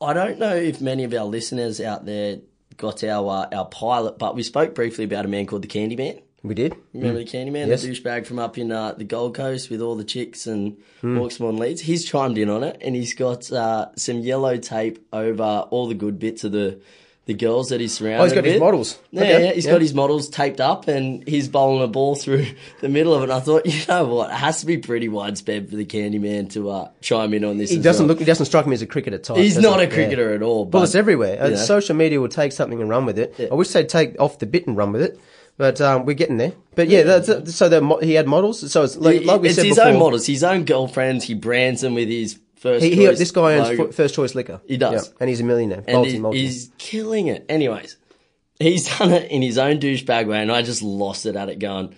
[SPEAKER 2] I don't know if many of our listeners out there got our uh, our pilot, but we spoke briefly about a man called the Candy Man.
[SPEAKER 1] we did.
[SPEAKER 2] Remember the Candy Man, the douchebag from up in uh, the Gold Coast with all the chicks and
[SPEAKER 1] Hmm.
[SPEAKER 2] Hawksmoor and Leeds? He's chimed in on it, and he's got uh, some yellow tape over all the good bits of the the girls that he's surrounded.
[SPEAKER 1] Oh, he's got his
[SPEAKER 2] with.
[SPEAKER 1] models.
[SPEAKER 2] Yeah,
[SPEAKER 1] Okay,
[SPEAKER 2] yeah, he's
[SPEAKER 1] yeah.
[SPEAKER 2] got his models taped up, and he's bowling a ball through the middle of it. And I thought, you know what, it has to be pretty widespread for the Candy Man to uh, chime in on this.
[SPEAKER 1] He doesn't look. He doesn't strike me as a cricketer type.
[SPEAKER 2] He's
[SPEAKER 1] does he?
[SPEAKER 2] not a
[SPEAKER 1] Yeah.
[SPEAKER 2] cricketer at all. But
[SPEAKER 1] Well, it's everywhere. Uh,
[SPEAKER 2] Yeah.
[SPEAKER 1] Social media will take something and run with it. I wish they'd take off the bit and run with it, but um, we're getting there. But yeah, that's it. so the mo- he had models. So it's like, like we
[SPEAKER 2] it's
[SPEAKER 1] said
[SPEAKER 2] his
[SPEAKER 1] before,
[SPEAKER 2] own models, his own girlfriends. He brands them with his first.
[SPEAKER 1] He, he,
[SPEAKER 2] choice
[SPEAKER 1] this guy owns
[SPEAKER 2] logo.
[SPEAKER 1] fir- first choice liquor. He
[SPEAKER 2] does.
[SPEAKER 1] and he's a millionaire.
[SPEAKER 2] and
[SPEAKER 1] multi,
[SPEAKER 2] he-
[SPEAKER 1] multi.
[SPEAKER 2] he's killing it. Anyways, he's done it in his own douchebag way, and I just lost it at it, going,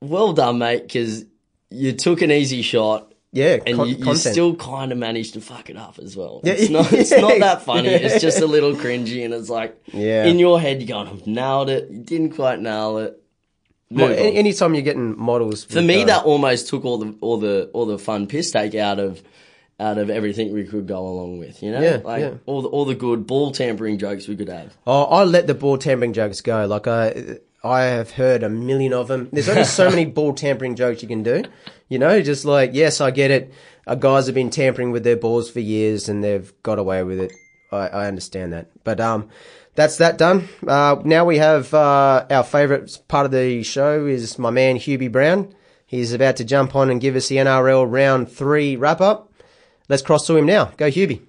[SPEAKER 2] "Well done, mate, because you took an easy shot."
[SPEAKER 1] yeah,
[SPEAKER 2] And
[SPEAKER 1] con-
[SPEAKER 2] you, you
[SPEAKER 1] content.
[SPEAKER 2] still kind of managed to fuck it up as well. It's
[SPEAKER 1] yeah.
[SPEAKER 2] not, it's not that funny. It's just a little cringy, and it's like
[SPEAKER 1] Yeah.
[SPEAKER 2] in your head you're going, "I've nailed it." You didn't quite nail it.
[SPEAKER 1] Mo-
[SPEAKER 2] Move on.
[SPEAKER 1] any- anytime you're getting models. uh,
[SPEAKER 2] For me, that almost took all the all the all the fun piss take out of out of everything we could go along with. You know,
[SPEAKER 1] Yeah,
[SPEAKER 2] like
[SPEAKER 1] yeah.
[SPEAKER 2] all the all the good ball tampering jokes we could have.
[SPEAKER 1] Oh, I let the ball tampering jokes go. Like I, I have heard a million of them. There's only so many ball tampering jokes you can do. You know, just like yes, I get it. Uh, guys have been tampering with their balls for years and they've got away with it. I, I understand that, but um, that's that done. Uh, now we have uh, our favourite part of the show is my man Hubie Brown. He's about to jump on and give us the NRL round three wrap up. Let's cross to him now. Go, Hubie.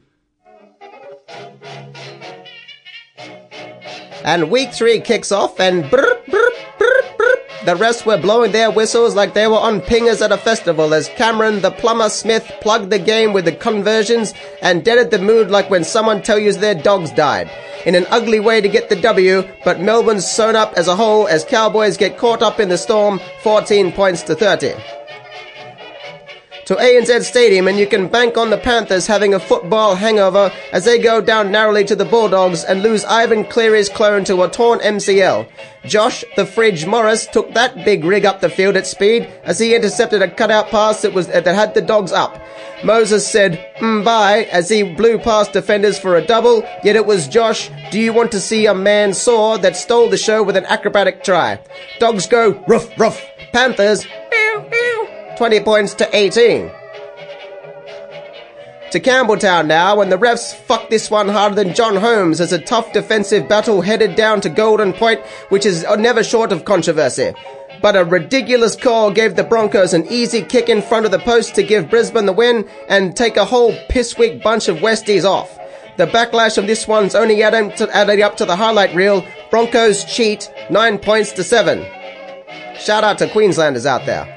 [SPEAKER 1] And week three kicks off, and brr, brr, brr, brr. the rest were blowing their whistles like they were on pingers at a festival as Cameron the Plumber Smith plugged the game with the conversions and deaded the mood like when someone tells you their dogs died. In an ugly way to get the W, but Melbourne's sewn up as a whole as Cowboys get caught up in the storm, 14 points to 30 to ANZ Stadium, and you can bank on the Panthers having a football hangover as they go down narrowly to the Bulldogs and lose Ivan Cleary's clone to a torn MCL. Josh, the fridge Morris, took that big rig up the field at speed as he intercepted a cutout pass that was uh, that had the dogs up. Moses said, mm, bye, as he blew past defenders for a double, yet it was Josh, do you want to see a man saw that stole the show with an acrobatic try? Dogs go, ruff, ruff. Panthers, meow, meow. 20 points to 18. To Campbelltown now, and the refs fuck this one harder than John Holmes as a tough defensive battle headed down to Golden Point, which is never short of controversy. But a ridiculous call gave the Broncos an easy kick in front of the post to give Brisbane the win and take a whole pissweak bunch of Westies off. The backlash of this one's only adding, to, adding up to the highlight reel. Broncos cheat, 9 points to 7. Shout out to Queenslanders out there.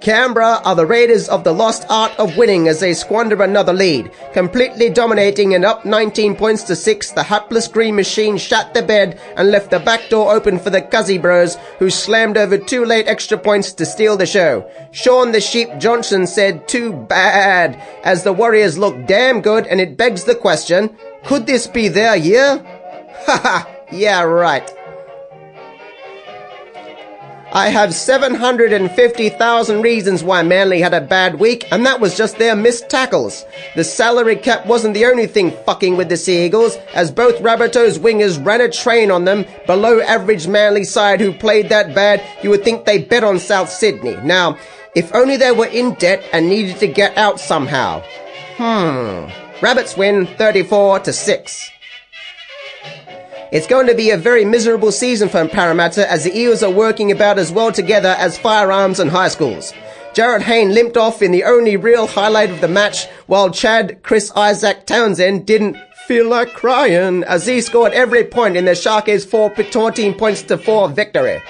[SPEAKER 1] Canberra are the raiders of the lost art of winning as they squander another lead, completely dominating and up 19 points to 6. The hapless green machine shut the bed and left the back door open for the Cuzzy Bros, who slammed over two late extra points to steal the show. Sean the Sheep Johnson said, too bad, as the Warriors look damn good and it begs the question, could this be their year? Ha ha, yeah right. I have 750,000 reasons why Manly had a bad week, and that was just their missed tackles. The salary cap wasn't the only thing fucking with the Sea Eagles, as both Rabbitoh's wingers ran a train on them, below average Manly side who played that bad, you would think they bet on South Sydney. Now, if only they were in debt and needed to get out somehow. Hmm. Rabbits win 34 to 6. It's going to be a very miserable season for Parramatta as the Eels are working about as well together as firearms and high schools. Jared Hayne limped off in the only real highlight of the match while Chad, Chris Isaac Townsend didn't feel like crying as he scored every point in the Sharkies' 4 14 points to 4 victory.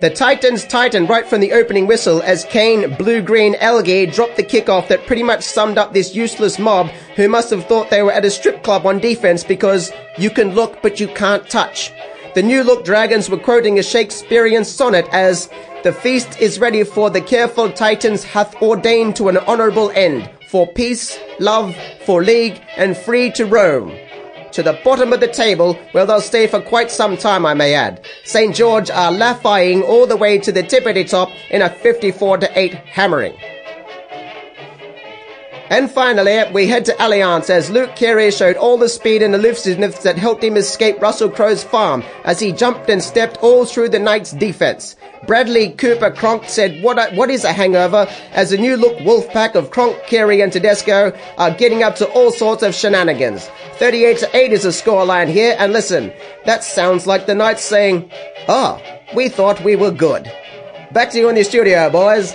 [SPEAKER 1] The Titans tightened right from the opening whistle as Kane Blue Green Algae dropped the kickoff that pretty much summed up this useless mob who must have thought they were at a strip club on defense because you can look but you can't touch. The new look dragons were quoting a Shakespearean sonnet as the feast is ready for the careful Titans hath ordained to an honorable end for peace, love, for league and free to roam to the bottom of the table, where they'll stay for quite some time, I may add. St. George are laffying all the way to the tippity top in a 54 to 8 hammering. And finally, we head to Allianz as Luke Carey showed all the speed and elusiveness that helped him escape Russell Crowe's farm as he jumped and stepped all through the Knights' defense. Bradley Cooper Cronk said, what, a- what is a hangover? As the new look Wolfpack of Cronk, Carey and Tedesco are getting up to all sorts of shenanigans. 38 to 8 is the scoreline here, and listen, that sounds like the Knights saying, Ah, we thought we were good. Back to you in the studio, boys.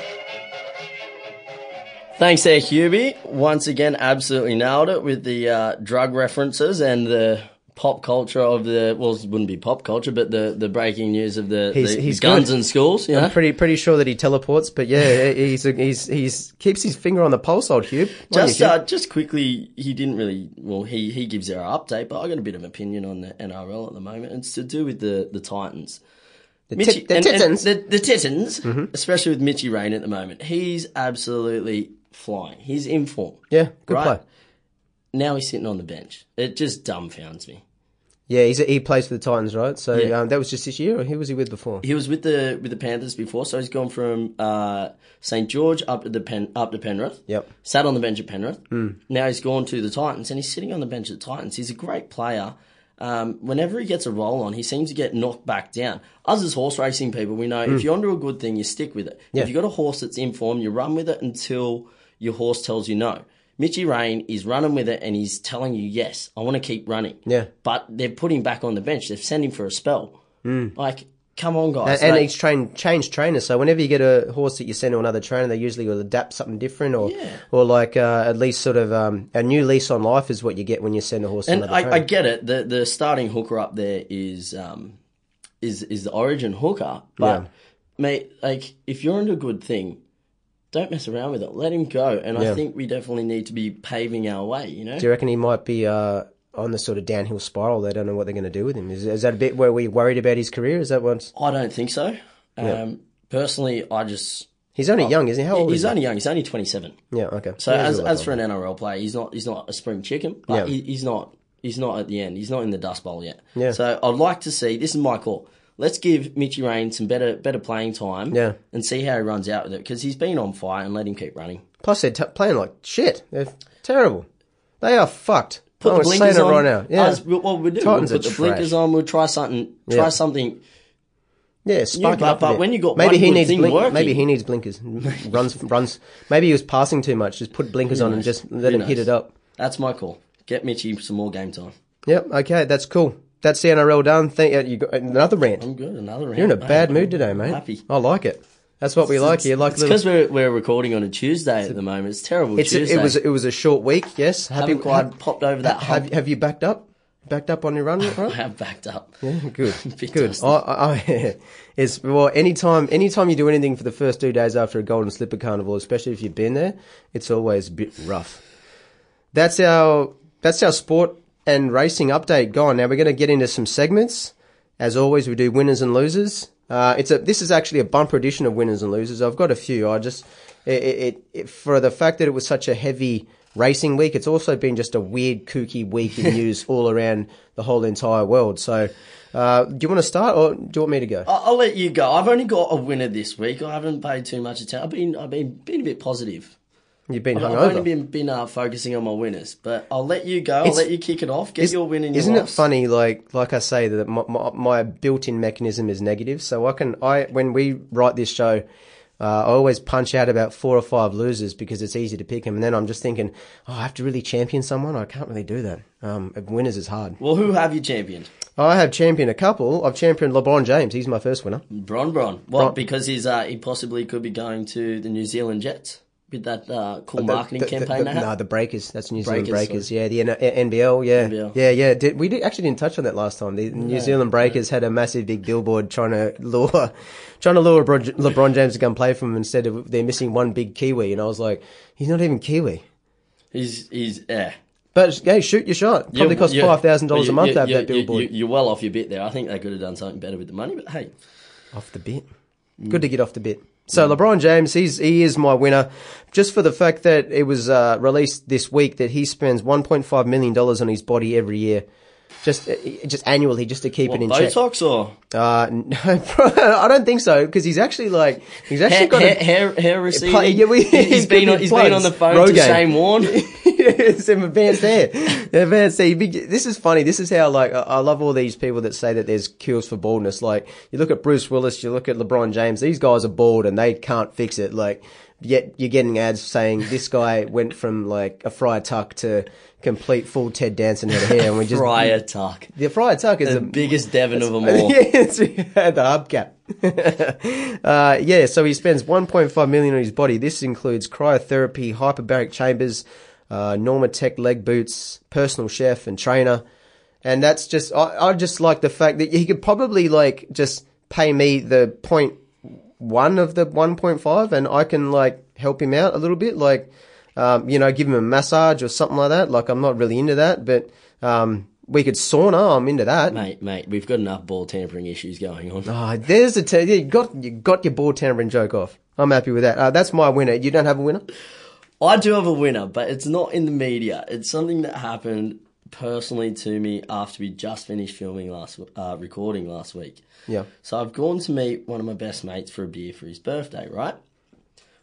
[SPEAKER 2] Thanks there, Hubie. Once again, absolutely nailed it with the uh, drug references and the pop culture of the well, it wouldn't be pop culture, but the, the breaking news of the,
[SPEAKER 1] He's-
[SPEAKER 2] the
[SPEAKER 1] he's
[SPEAKER 2] guns
[SPEAKER 1] good.
[SPEAKER 2] in schools. You know?
[SPEAKER 1] I'm pretty pretty sure that he teleports, but yeah, he's he's he's keeps his finger on the pulse, old Hugh. Mind
[SPEAKER 2] Just
[SPEAKER 1] you, Hugh.
[SPEAKER 2] uh, just quickly, he didn't really. Well, he he gives our update, but I got a bit of an opinion on the NRL at the moment. It's to do with the the Titans. The,
[SPEAKER 1] tit- the Titans. Mm-hmm.
[SPEAKER 2] the, the Titans, especially with Mitchy Rain at the moment, he's absolutely flying. He's in form.
[SPEAKER 1] yeah, good
[SPEAKER 2] right?
[SPEAKER 1] play.
[SPEAKER 2] Now he's sitting on the bench. It just dumbfounds me.
[SPEAKER 1] Yeah, he's, he plays for the Titans, right? So
[SPEAKER 2] Yeah.
[SPEAKER 1] um, that was just this year, or who was he with before?
[SPEAKER 2] He was with the with the Panthers before, so he's gone from uh, St George up to the Pen up to Penrith.
[SPEAKER 1] Yep. Hmm.
[SPEAKER 2] Sat on the bench at Penrith. Mm. Now he's gone to the Titans, and he's sitting on the bench at the Titans. He's a great player. Um, whenever he gets a roll on, he seems to get knocked back down. Us as horse racing people, we know
[SPEAKER 1] Hmm.
[SPEAKER 2] if you're onto a good thing, you stick with it. If you've got a horse that's in form, you run with it until your horse tells you no. Mitchy Rain is running with it and he's telling you, yes, I want to keep running.
[SPEAKER 1] Yeah.
[SPEAKER 2] But they've put him back on the bench. They've sent him for a spell. Like, come on, guys.
[SPEAKER 1] Hmm. and
[SPEAKER 2] Like,
[SPEAKER 1] each train changed trainer. So whenever you get a horse that you send to another trainer, they usually will adapt something different, or or like uh, at least sort of um, a new lease on life is what you get when you send a horse
[SPEAKER 2] and
[SPEAKER 1] to another
[SPEAKER 2] I,
[SPEAKER 1] trainer.
[SPEAKER 2] I get it. The the starting hooker up there is um is is the origin hooker, but
[SPEAKER 1] Yeah.
[SPEAKER 2] mate, like if you're into a good thing, don't mess around with it. Let him go. And I think we definitely need to be paving our way. You know,
[SPEAKER 1] do you reckon he might be uh, on the sort of downhill spiral? They don't know what they're going to do with him. Is, is that a bit where we worried about his career? Is that what
[SPEAKER 2] I don't think so. Um, personally, I just
[SPEAKER 1] he's only young, isn't he? How old
[SPEAKER 2] Oh, he's
[SPEAKER 1] is
[SPEAKER 2] only young. He's only twenty seven.
[SPEAKER 1] he? Yeah, okay.
[SPEAKER 2] So as as for an NRL player, he's not he's not a spring chicken, but he, he's not he's not at the end. He's not in the dust bowl yet.
[SPEAKER 1] Yeah.
[SPEAKER 2] So I'd like to see. This is my call. Let's give Mitchy Rain some better better playing time.
[SPEAKER 1] Yeah.
[SPEAKER 2] And see how he runs out with it because he's been on fire and let him keep running.
[SPEAKER 1] plus they're t- playing like shit. They're terrible. They are fucked.
[SPEAKER 2] Put
[SPEAKER 1] I'm
[SPEAKER 2] the
[SPEAKER 1] Oh, saying
[SPEAKER 2] blinkers
[SPEAKER 1] it
[SPEAKER 2] on
[SPEAKER 1] right now. Yeah,
[SPEAKER 2] Us- well, what we do?
[SPEAKER 1] Titans
[SPEAKER 2] we'll
[SPEAKER 1] are
[SPEAKER 2] put the
[SPEAKER 1] trash.
[SPEAKER 2] blinkers on. We'll try something. Try
[SPEAKER 1] Yeah.
[SPEAKER 2] something.
[SPEAKER 1] Yeah, spark
[SPEAKER 2] but-
[SPEAKER 1] it up a
[SPEAKER 2] but
[SPEAKER 1] bit.
[SPEAKER 2] when you got
[SPEAKER 1] maybe
[SPEAKER 2] one
[SPEAKER 1] he
[SPEAKER 2] good
[SPEAKER 1] needs
[SPEAKER 2] thing working-
[SPEAKER 1] maybe he needs blinkers. runs runs. Maybe he was passing too much. Just put blinkers on and just let him hit
[SPEAKER 2] knows?
[SPEAKER 1] it up.
[SPEAKER 2] That's my call. Get Mitchy some more game time.
[SPEAKER 1] Yep. Okay, that's cool. That's the NRL done. Thank uh, you. Got another rant.
[SPEAKER 2] I'm good. Another round.
[SPEAKER 1] You're in a bad mood today, mate.
[SPEAKER 2] happy.
[SPEAKER 1] I like it. That's what we like. You like
[SPEAKER 2] It's
[SPEAKER 1] little.
[SPEAKER 2] because we're, we're recording on a Tuesday at the moment. It's terrible
[SPEAKER 1] It's
[SPEAKER 2] Tuesday.
[SPEAKER 1] it was it was a short week. Yes. Happy.
[SPEAKER 2] haven't quite popped over that hump.
[SPEAKER 1] have have you backed up? Backed up on your run? Right?
[SPEAKER 2] I have backed up.
[SPEAKER 1] Good,
[SPEAKER 2] Big
[SPEAKER 1] good.
[SPEAKER 2] dust.
[SPEAKER 1] I, I, I, it's well, anytime, anytime you do anything for the first two days after a Golden Slipper Carnival, especially if you've been there, it's always a bit rough. That's our that's our sport and racing update gone. Now we're going to get into some segments. As always, we do winners and losers. Uh, it's a this is actually a bumper edition of winners and losers. I've got a few. I just it, it, it, it for the fact that it was such a heavy racing week. It's also been just a weird, kooky week in news all around the whole entire world. So, uh, do you want to start or do you want me to go?
[SPEAKER 2] I- I'll let you go. I've only got a winner this week. I haven't paid too much attention. I've been, I've been, been a bit positive.
[SPEAKER 1] You've been
[SPEAKER 2] I've
[SPEAKER 1] hungover.
[SPEAKER 2] only been, been uh, focusing on my winners, but I'll let you go. I'll let you kick it off. Get your win and your
[SPEAKER 1] Isn't it
[SPEAKER 2] loss.
[SPEAKER 1] funny? Like, like I say, that my, my, my built-in mechanism is negative. So I can, I when we write this show, uh, I always punch out about four or five losers because it's easy to pick them. And then I'm just thinking, oh, I have to really champion someone. I can't really do that. Um, winners is hard.
[SPEAKER 2] Well, who have you championed?
[SPEAKER 1] I have championed a couple. I've championed LeBron James. He's my first winner.
[SPEAKER 2] Bron Bron. Well, because he's uh, he possibly could be going to the New Zealand Jets with that uh, cool marketing
[SPEAKER 1] The- the-
[SPEAKER 2] campaign.
[SPEAKER 1] the-
[SPEAKER 2] they
[SPEAKER 1] no,
[SPEAKER 2] had.
[SPEAKER 1] the Breakers. That's New Zealand
[SPEAKER 2] Breakers,
[SPEAKER 1] Breakers. Yeah, the N- NBL. Yeah,
[SPEAKER 2] NBL.
[SPEAKER 1] yeah, yeah. Did, we did, actually didn't touch on that last time. The New Zealand Breakers had a massive big billboard trying to lure, trying to lure LeBron, LeBron James to come play for them. Instead of they're missing one big Kiwi, and I was like, he's not even Kiwi.
[SPEAKER 2] he's he's yeah.
[SPEAKER 1] But hey, shoot your shot. Probably cost five thousand dollars a month to have that billboard
[SPEAKER 2] You, are well off your bit there. I think they could have done something better with the money, but hey,
[SPEAKER 1] off the bit. Mm. Good to get off the bit. So LeBron James, he's he is my winner, just for the fact that it was uh, released this week that he spends 1.5 million dollars on his body every year, just uh, just annually, just to keep it in check.
[SPEAKER 2] Botox or
[SPEAKER 1] Uh, no, I don't think so because he's actually like he's actually
[SPEAKER 2] hair,
[SPEAKER 1] got
[SPEAKER 2] hair,
[SPEAKER 1] a,
[SPEAKER 2] hair, hair receding.
[SPEAKER 1] Play- yeah, we-
[SPEAKER 2] He- he's
[SPEAKER 1] it
[SPEAKER 2] been
[SPEAKER 1] could
[SPEAKER 2] on,
[SPEAKER 1] be
[SPEAKER 2] he's been on
[SPEAKER 1] plugs.
[SPEAKER 2] the phone to
[SPEAKER 1] Rogaine.
[SPEAKER 2] Shane Warne.
[SPEAKER 1] it's some advanced hair. Advanced hair. You big- This is funny. This is how like I- I love all these people that say that there's cures for baldness. Like you look at Bruce Willis, you look at LeBron James. These guys are bald and they can't fix it. Like yet you're getting ads saying this guy went from like a friar tuck to complete full Ted Danson head of hair, and we just
[SPEAKER 2] Briar Tuck,
[SPEAKER 1] the friar tuck is the
[SPEAKER 2] biggest Devon of them all.
[SPEAKER 1] yeah, it's, yeah, the hubcap. uh, yeah, so he spends 1.5 million on his body. This includes cryotherapy, hyperbaric chambers, uh, Normatec leg boots, personal chef and trainer. And that's just, I, I just like the fact that he could probably like just pay me the point one of the 1.5 and I can like help him out a little bit. Like, um, you know, give him a massage or something like that. Like I'm not really into that, but, um, we could sauna. I'm into that.
[SPEAKER 2] Mate, mate, we've got enough ball tampering issues going on.
[SPEAKER 1] Ah, there's a t- you got you got your ball tampering joke off. I'm happy with that. Uh, that's my winner. You don't have a winner.
[SPEAKER 2] I do have a winner, but it's not in the media. It's something that happened personally to me after we just finished filming last uh, recording last week.
[SPEAKER 1] Yeah.
[SPEAKER 2] So I've gone to meet one of my best mates for a beer for his birthday, right?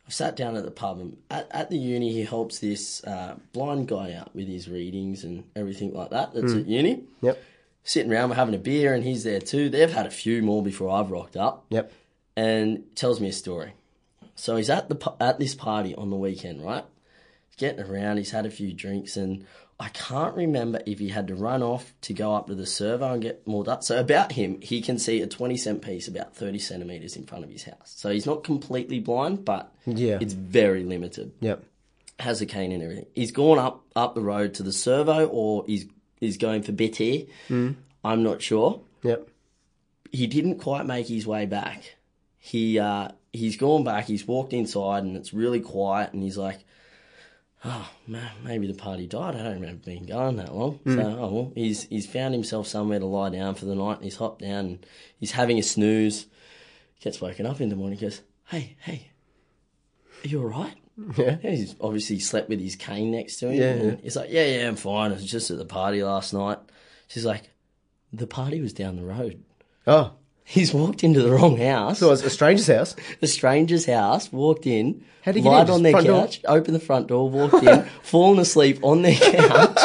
[SPEAKER 2] I've sat down at the pub and at, at the uni he helps this uh, blind guy out with his readings and everything like that. That's at uni.
[SPEAKER 1] Yep.
[SPEAKER 2] Sitting around, we're having a beer and he's there too. They've had a few more before I've rocked up
[SPEAKER 1] Yep.
[SPEAKER 2] and tells me a story. So he's at the pa- at this party on the weekend, right? He's getting around. He's had a few drinks, and I can't remember if he had to run off to go up to the server and get more up. So about him, he can see a twenty cent piece about thirty centimeters in front of his house. So he's not completely blind, but
[SPEAKER 1] Yeah.
[SPEAKER 2] it's very limited
[SPEAKER 1] Yep.
[SPEAKER 2] has a cane and everything. He's gone up up the road to the servo, or he's he's going for BT. I'm not sure.
[SPEAKER 1] Yep.
[SPEAKER 2] He didn't quite make his way back. He uh, he's gone back. He's walked inside, and it's really quiet. And he's like, "Oh man, maybe the party died. I don't remember being gone that long."
[SPEAKER 1] Hmm.
[SPEAKER 2] So oh well, he's he's found himself somewhere to lie down for the night. And he's hopped down. And he's having a snooze. Gets woken up in the morning. Goes, "Hey, hey, are you all right?"
[SPEAKER 1] Yeah.
[SPEAKER 2] Yeah, he's obviously slept with his cane next to him.
[SPEAKER 1] Yeah,
[SPEAKER 2] and He's like, yeah, yeah, I'm fine. I was just at the party last night. She's like, the party was down the road.
[SPEAKER 1] Oh,
[SPEAKER 2] He's walked into the wrong house,
[SPEAKER 1] so it was a stranger's house.
[SPEAKER 2] the stranger's house, walked in,
[SPEAKER 1] How did he get
[SPEAKER 2] lied
[SPEAKER 1] in? Just
[SPEAKER 2] on their
[SPEAKER 1] front door?
[SPEAKER 2] couch, opened the front door, walked in, fallen asleep on their couch,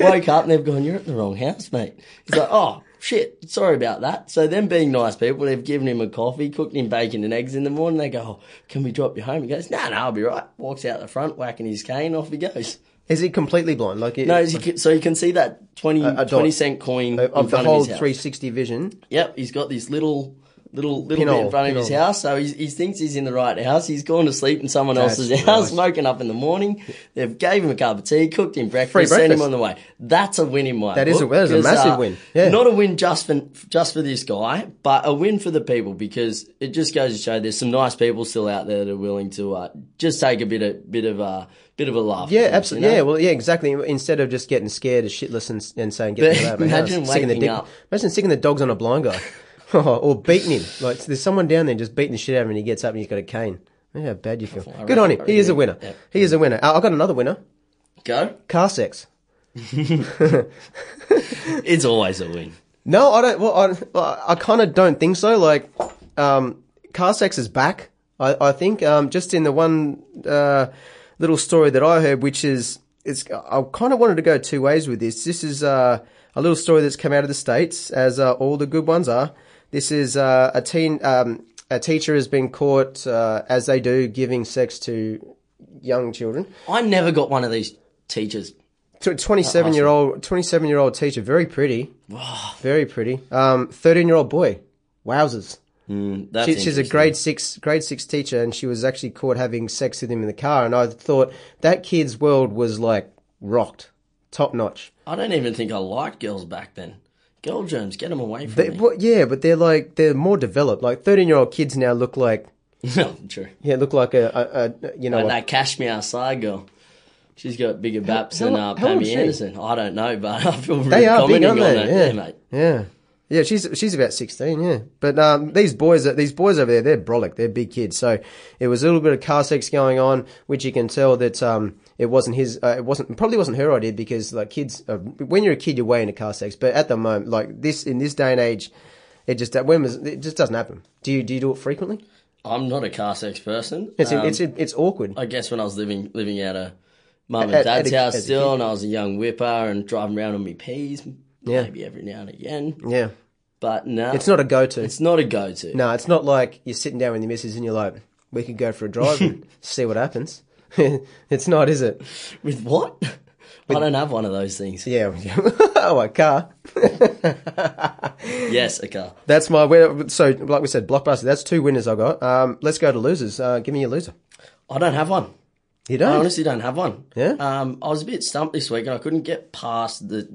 [SPEAKER 2] woke up and they've gone, you're at the wrong house, mate. He's like, oh, shit, sorry about that. So them being nice people, they've given him a coffee, cooked him bacon and eggs in the morning. They go, oh, can we drop you home? He goes, no, no, I'll be right. Walks out the front, whacking his cane, off he goes.
[SPEAKER 1] Is he completely blind? Like,
[SPEAKER 2] No, he can- so you can see that 20,
[SPEAKER 1] a dot. Uh,
[SPEAKER 2] 20 cent coin in
[SPEAKER 1] of the
[SPEAKER 2] front
[SPEAKER 1] whole
[SPEAKER 2] of his house.
[SPEAKER 1] 360 vision.
[SPEAKER 2] Yep, he's got this little little little bit
[SPEAKER 1] Pinhole,
[SPEAKER 2] in front of his
[SPEAKER 1] pinhole.
[SPEAKER 2] house, so he's, he thinks he's in the right house. He's gone to sleep in someone else's
[SPEAKER 1] That's
[SPEAKER 2] house,
[SPEAKER 1] nice.
[SPEAKER 2] smoking up in the morning. They've gave him a cup of tea, cooked him breakfast, sent him
[SPEAKER 1] breakfast.
[SPEAKER 2] on the way. That's a win in my
[SPEAKER 1] That
[SPEAKER 2] book.
[SPEAKER 1] is a- that is a
[SPEAKER 2] 'cause,
[SPEAKER 1] massive win. Yeah.
[SPEAKER 2] uh, Not a win just for just for this guy, but a win for the people because it just goes to show there's some nice people still out there that are willing to uh, just take a bit of bit of a bit of a laugh.
[SPEAKER 1] Yeah,
[SPEAKER 2] at things, you
[SPEAKER 1] absolutely.
[SPEAKER 2] know?
[SPEAKER 1] Yeah, well, yeah, exactly. Instead of just getting scared as shitless and, and saying, "Get the
[SPEAKER 2] But
[SPEAKER 1] hell out of my
[SPEAKER 2] imagine
[SPEAKER 1] house," sicking the
[SPEAKER 2] waking
[SPEAKER 1] dick-
[SPEAKER 2] up.
[SPEAKER 1] Imagine sicking the dogs on a blind guy, Oh, or beating him. Like there's someone down there just beating the shit out of him, and he gets up and he's got a cane. Imagine how bad you feel. Good
[SPEAKER 2] reckon-
[SPEAKER 1] on him.
[SPEAKER 2] I
[SPEAKER 1] He is a
[SPEAKER 2] reckon-
[SPEAKER 1] winner.
[SPEAKER 2] yeah.
[SPEAKER 1] He is a winner. Uh, I've got another winner.
[SPEAKER 2] Go.
[SPEAKER 1] Car sex.
[SPEAKER 2] It's always a win.
[SPEAKER 1] No, I don't. Well, I, well, I kind of don't think so. Like, um, car sex is back. I, I think um, just in the one uh, little story that I heard, which is it's. I kind of wanted to go two ways with this. This is uh, a little story that's come out of the states, as uh, all the good ones are. This is uh, a teen. Um, a teacher has been caught, uh, as they do, giving sex to young children.
[SPEAKER 2] I never got one of these teachers.
[SPEAKER 1] Twenty-seven year old, twenty-seven year old teacher, very pretty, very pretty. Um, thirteen year old boy, wowzers.
[SPEAKER 2] That's
[SPEAKER 1] She, she's a
[SPEAKER 2] interesting.
[SPEAKER 1] grade six, grade six teacher, and she was actually caught having sex with him in the car. And I thought that kid's world was like rocked, top notch.
[SPEAKER 2] I don't even think I liked girls back then. Girl germs, get them away from
[SPEAKER 1] They-
[SPEAKER 2] me.
[SPEAKER 1] well, yeah, but they're like they're more developed. Like thirteen year old kids now look like
[SPEAKER 2] No, true.
[SPEAKER 1] yeah, look like a, a, a you know.
[SPEAKER 2] But
[SPEAKER 1] a-
[SPEAKER 2] that Cash Me Outside girl, she's got bigger baps than
[SPEAKER 1] how
[SPEAKER 2] uh,
[SPEAKER 1] old is
[SPEAKER 2] Pammy
[SPEAKER 1] she?
[SPEAKER 2] Anderson. I don't know, but I feel really
[SPEAKER 1] they are big,
[SPEAKER 2] commenting
[SPEAKER 1] aren't
[SPEAKER 2] on
[SPEAKER 1] they?
[SPEAKER 2] that. Yeah, mate.
[SPEAKER 1] Yeah. Yeah, she's she's about sixteen, yeah. But um, these boys are- these boys over there, they're brolic, they're big kids. So it was a little bit of car sex going on, which you can tell that um, it wasn't his, uh, it wasn't probably wasn't her idea because like kids, uh, when you're a kid, you're way into car sex. But at the moment, like this in this day and age, it just when was it just doesn't happen. Do you do you do it frequently?
[SPEAKER 2] I'm not a car sex person.
[SPEAKER 1] It's
[SPEAKER 2] Um,
[SPEAKER 1] it's it's awkward.
[SPEAKER 2] I guess when I was living living out of mum
[SPEAKER 1] At-
[SPEAKER 2] and
[SPEAKER 1] at
[SPEAKER 2] dad's
[SPEAKER 1] a-
[SPEAKER 2] house
[SPEAKER 1] as a
[SPEAKER 2] still, and I was a young whipper and driving around on me peas,
[SPEAKER 1] Yeah.
[SPEAKER 2] maybe every now and again.
[SPEAKER 1] yeah,
[SPEAKER 2] But no,
[SPEAKER 1] it's not a go to.
[SPEAKER 2] it's not a go to.
[SPEAKER 1] No, it's not like you're sitting down with your missus and you're like, we could go for a drive and see what happens. it's not, is it?
[SPEAKER 2] With what? I don't have one of those things.
[SPEAKER 1] Yeah. oh, a car.
[SPEAKER 2] Yes, a car.
[SPEAKER 1] That's my winner. So, like we said, blockbuster. That's two winners I got. Um, let's go to losers. Uh, give me your loser.
[SPEAKER 2] I don't have one.
[SPEAKER 1] You
[SPEAKER 2] I
[SPEAKER 1] don't?
[SPEAKER 2] honestly don't have one.
[SPEAKER 1] Yeah?
[SPEAKER 2] Um, I was a bit stumped this week, and I couldn't get past the.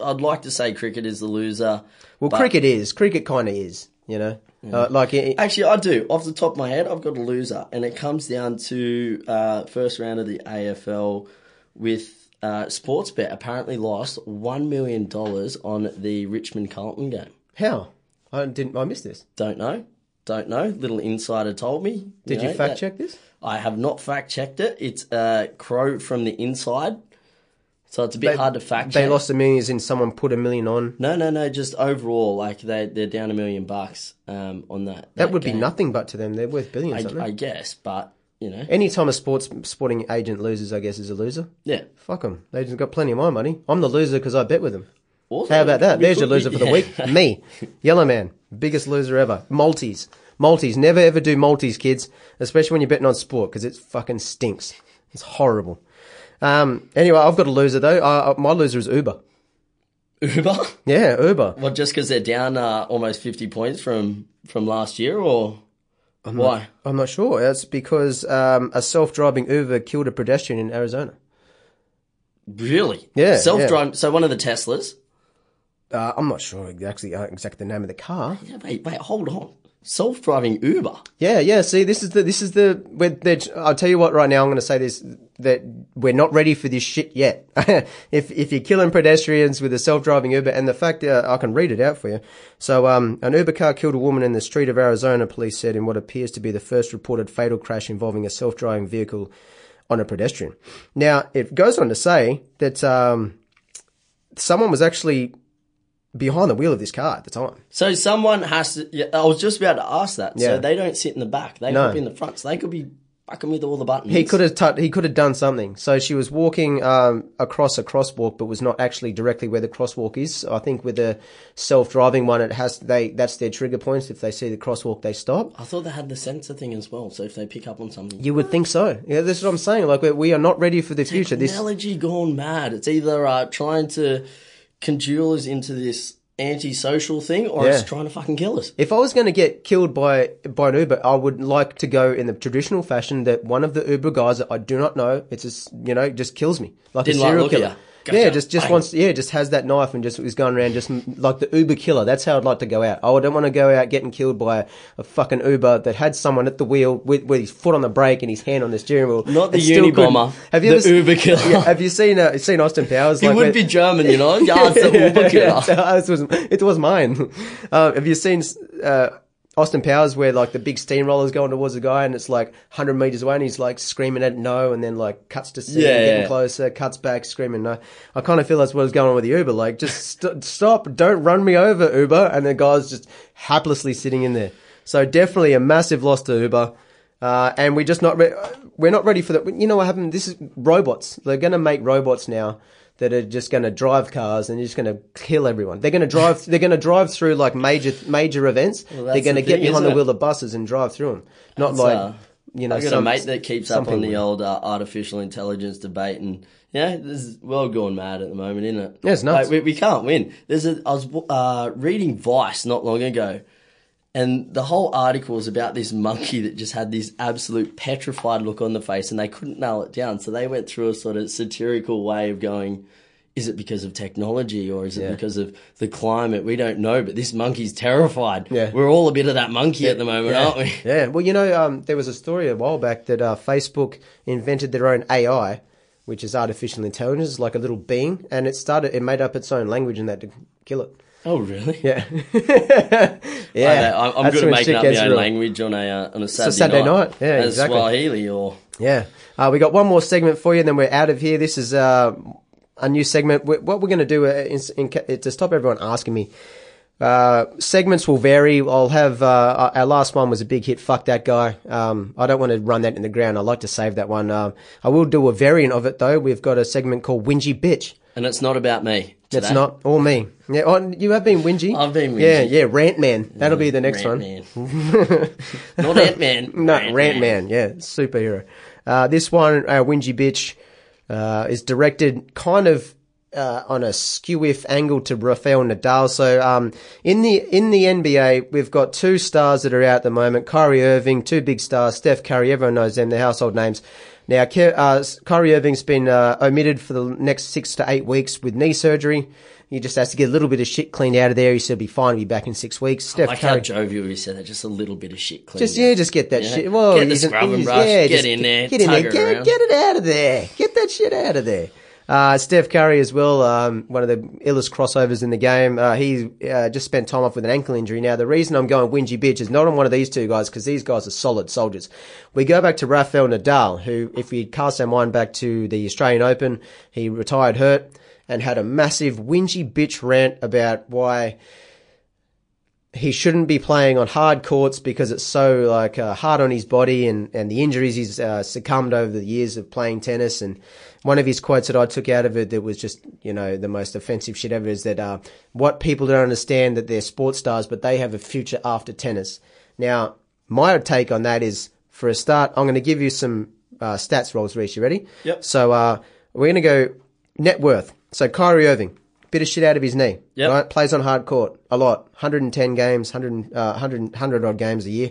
[SPEAKER 2] I'd like to say cricket is the loser.
[SPEAKER 1] well, cricket is. Cricket kind of is. You know, uh, like it,
[SPEAKER 2] Actually, I do. Off the top of my head, I've got a loser, and it comes down to uh, first round of the AFL with uh, Sportsbet apparently lost one million dollars on the Richmond Carlton game.
[SPEAKER 1] how I didn't. I missed this.
[SPEAKER 2] Don't know. Don't know. Little insider told me.
[SPEAKER 1] Did you
[SPEAKER 2] know,
[SPEAKER 1] fact
[SPEAKER 2] that-
[SPEAKER 1] check this?
[SPEAKER 2] I have not fact checked it. It's uh, Crow from the Inside. So it's a bit hard to fact
[SPEAKER 1] They
[SPEAKER 2] check.
[SPEAKER 1] lost a million as in someone put a million on.
[SPEAKER 2] No, no, no. Just overall, like they they're down a million bucks um, on that.
[SPEAKER 1] That would be
[SPEAKER 2] game.
[SPEAKER 1] nothing but to them. They're worth billions, aren't they?
[SPEAKER 2] I, I guess, but you know,
[SPEAKER 1] Any time a sports sporting agent loses, I guess, is a loser.
[SPEAKER 2] yeah.
[SPEAKER 1] Fuck them. They just got plenty of my money. I'm the loser because I bet with them.
[SPEAKER 2] Also,
[SPEAKER 1] How about that?
[SPEAKER 2] we
[SPEAKER 1] There's your
[SPEAKER 2] could be-
[SPEAKER 1] loser for the
[SPEAKER 2] yeah.
[SPEAKER 1] week. Me, Yellow Man, biggest loser ever. Maltese, Maltese. Never ever do Maltese, kids, especially when you're betting on sport because it fucking stinks. It's horrible. Um, anyway, I've got a loser though. Uh, my loser is Uber.
[SPEAKER 2] Uber.
[SPEAKER 1] Yeah, Uber.
[SPEAKER 2] Well, just because they're down uh, almost fifty points from from last year, or why?
[SPEAKER 1] I'm not sure. It's because um, a self-driving Uber killed a pedestrian in Arizona.
[SPEAKER 2] Really?
[SPEAKER 1] Yeah,
[SPEAKER 2] Self driving. So one of the Teslas.
[SPEAKER 1] Uh, I'm not sure exactly uh, exactly the name of the car.
[SPEAKER 2] Yeah, wait, wait, hold on. Self driving Uber.
[SPEAKER 1] Yeah, yeah. See, this is the this is the. We're, they're- I'll tell you what. Right now, I'm going to say this that we're not ready for this shit yet. if if you're killing pedestrians with a self-driving Uber, and the fact uh, I can read it out for you. So, um, an Uber car killed a woman in the street of Arizona. Police said in what appears to be the first reported fatal crash involving a self-driving vehicle on a pedestrian. Now, it goes on to say that um, someone was actually behind the wheel of this car at the time.
[SPEAKER 2] So someone has to. Yeah, I was just about to ask that.
[SPEAKER 1] Yeah.
[SPEAKER 2] So they don't sit in the back. They could be in the front. So they could be fucking with all the buttons.
[SPEAKER 1] He could have tou he could have done something. So she was walking um, across a crosswalk, but was not actually directly where the crosswalk is. So I think with the self driving one, it has they that's their trigger points. If they see the crosswalk, they stop.
[SPEAKER 2] I thought they had the sensor thing as well. So if they pick up on something,
[SPEAKER 1] You would think so. Yeah, this is what I'm saying. Like we- we are not ready for the future. This
[SPEAKER 2] technology gone mad. It's either uh, trying to conjure us into this antisocial thing, or
[SPEAKER 1] Yeah.
[SPEAKER 2] it's trying to fucking kill us.
[SPEAKER 1] if I was going to get killed by by an Uber, I would like to go in the traditional fashion that one of the Uber guys that I do not know, it's just you know just kills me like
[SPEAKER 2] Didn't
[SPEAKER 1] a
[SPEAKER 2] like
[SPEAKER 1] serial
[SPEAKER 2] look at
[SPEAKER 1] killer.
[SPEAKER 2] ya. Gotcha.
[SPEAKER 1] Yeah, just just
[SPEAKER 2] Bang.
[SPEAKER 1] wants yeah, just has that knife and just is going around just m- like the Uber killer. That's how I'd like to go out. I don't want to go out getting killed by a, a fucking Uber that had someone at the wheel with, with his foot on the brake and his hand on the steering wheel.
[SPEAKER 2] Not the
[SPEAKER 1] and still couldn't-
[SPEAKER 2] Unibomber.
[SPEAKER 1] Have you
[SPEAKER 2] the
[SPEAKER 1] ever s-
[SPEAKER 2] Uber killer?
[SPEAKER 1] yeah, have you seen uh, seen Austin Powers?
[SPEAKER 2] He
[SPEAKER 1] like
[SPEAKER 2] would
[SPEAKER 1] where-
[SPEAKER 2] be German, you know. Yeah, it's the Uber killer.
[SPEAKER 1] Yeah, it was it was mine. Uh, have you seen uh, Austin Powers where like the big steamroller's going towards the guy and it's like 100 meters away and he's like screaming at no and then like cuts to see
[SPEAKER 2] Yeah,
[SPEAKER 1] getting
[SPEAKER 2] yeah.
[SPEAKER 1] closer, cuts back, screaming no. I kind of feel that's what was going on with the Uber. Like just st- stop, don't run me over, Uber. And the guy's just haplessly sitting in there. So definitely a massive loss to Uber. Uh, and we're just not re- we're not ready for that. You know what happened? This is robots. They're going to make robots now that are just going to drive cars and just going to kill everyone. They're going to drive. they're going to drive through like major major events. they're
[SPEAKER 2] that's
[SPEAKER 1] going to
[SPEAKER 2] the
[SPEAKER 1] get
[SPEAKER 2] thing,
[SPEAKER 1] behind the
[SPEAKER 2] isn't it?
[SPEAKER 1] wheel of buses and drive through them. Not like
[SPEAKER 2] uh,
[SPEAKER 1] you know.
[SPEAKER 2] I got
[SPEAKER 1] some-
[SPEAKER 2] a mate that keeps
[SPEAKER 1] some
[SPEAKER 2] up on
[SPEAKER 1] people.
[SPEAKER 2] the old uh, artificial intelligence debate, and yeah, this is world going mad at the moment, isn't it?
[SPEAKER 1] Yeah, it's nuts.
[SPEAKER 2] Like, we, we can't win. There's a I was uh, reading Vice not long ago, and the whole article was about this monkey that just had this absolute petrified look on the face, and they couldn't nail it down. So they went through a sort of satirical way of going. Is it because of technology or is it because of the climate? We don't know, but this monkey's terrified.
[SPEAKER 1] Yeah.
[SPEAKER 2] We're all a bit of that monkey at the moment, aren't we?
[SPEAKER 1] Yeah. Well, you know, um, there was a story a while back that uh, Facebook invented their own AI, which is artificial intelligence, like a little being, and it started. It made up its own language, and that to kill it.
[SPEAKER 2] Oh, really?
[SPEAKER 1] Yeah.
[SPEAKER 2] Yeah,
[SPEAKER 1] yeah.
[SPEAKER 2] I, I'm
[SPEAKER 1] That's
[SPEAKER 2] good at
[SPEAKER 1] when
[SPEAKER 2] making
[SPEAKER 1] shit
[SPEAKER 2] up my
[SPEAKER 1] gets
[SPEAKER 2] own
[SPEAKER 1] real.
[SPEAKER 2] language on a uh, on a Saturday,
[SPEAKER 1] Saturday night, yeah,
[SPEAKER 2] As
[SPEAKER 1] exactly.
[SPEAKER 2] Swahili or
[SPEAKER 1] Yeah. Uh, we got one more segment for you, and then we're out of here. This is uh, a new segment. We- What we're going to do uh, is in, ca- to stop everyone asking me. Uh, segments will vary. I'll have uh, our- our last one was a big hit. Fuck that guy. Um, I don't want to run that in the ground. I like to save that one. Um, I will do a variant of it though. We've got a segment called Wingy Bitch.
[SPEAKER 2] and it's not about me. Today.
[SPEAKER 1] It's not all me. Yeah, oh, you have been Wingy.
[SPEAKER 2] I've been whingy.
[SPEAKER 1] Yeah, yeah. Rant man. That'll be the next one.
[SPEAKER 2] Rant Man. not Ant Man.
[SPEAKER 1] No, Rant, Man. Yeah, superhero. Uh, this one, uh, Wingy Bitch, uh, is directed kind of uh, on a skew-if angle to Rafael Nadal. So um, in the in the NBA, we've got two stars that are out at the moment: Kyrie Irving, two big stars, Steph Curry. Everyone knows them; they're household names. Now, Ke- uh, Kyrie Irving's been uh, omitted for the next six to eight weeks with knee surgery. He just has to get a little bit of shit cleaned out of there. He said he'll be fine. He'll be back in six weeks. Steph
[SPEAKER 2] Like
[SPEAKER 1] Curry.
[SPEAKER 2] how jovial you said that, just a little bit of shit clean.
[SPEAKER 1] Just yeah, just get that
[SPEAKER 2] Yeah.
[SPEAKER 1] shit. Well,
[SPEAKER 2] Get the
[SPEAKER 1] he's an-
[SPEAKER 2] scrub and
[SPEAKER 1] he's-
[SPEAKER 2] brush, get
[SPEAKER 1] just
[SPEAKER 2] in there,
[SPEAKER 1] get in
[SPEAKER 2] tug
[SPEAKER 1] there,
[SPEAKER 2] it
[SPEAKER 1] get,
[SPEAKER 2] around.
[SPEAKER 1] get it out of there, get that shit out of there. Uh, Steph Curry as well, um, one of the illest crossovers in the game. Uh, he uh, just spent time off with an ankle injury. Now, the reason I'm going whingy bitch is not on one of these two guys because these guys are solid soldiers. We go back to Rafael Nadal, who, if we cast our mind back to the Australian Open, he retired hurt and had a massive whingy bitch rant about why he shouldn't be playing on hard courts because it's so like uh, hard on his body and, and the injuries he's uh, succumbed over the years of playing tennis. And one of his quotes that I took out of it that was just you know the most offensive shit ever is that uh, what people don't understand that they're sports stars but they have a future after tennis. Now my take on that is for a start I'm going to give you some uh, stats. Rolls Reese, you ready?
[SPEAKER 2] Yep.
[SPEAKER 1] So uh, we're going to go net worth. So Kyrie Irving. Bit of shit out of his knee.
[SPEAKER 2] Yep.
[SPEAKER 1] Right? Plays on hard court a lot. 110 games, 100, uh, 100, 100 odd games a year.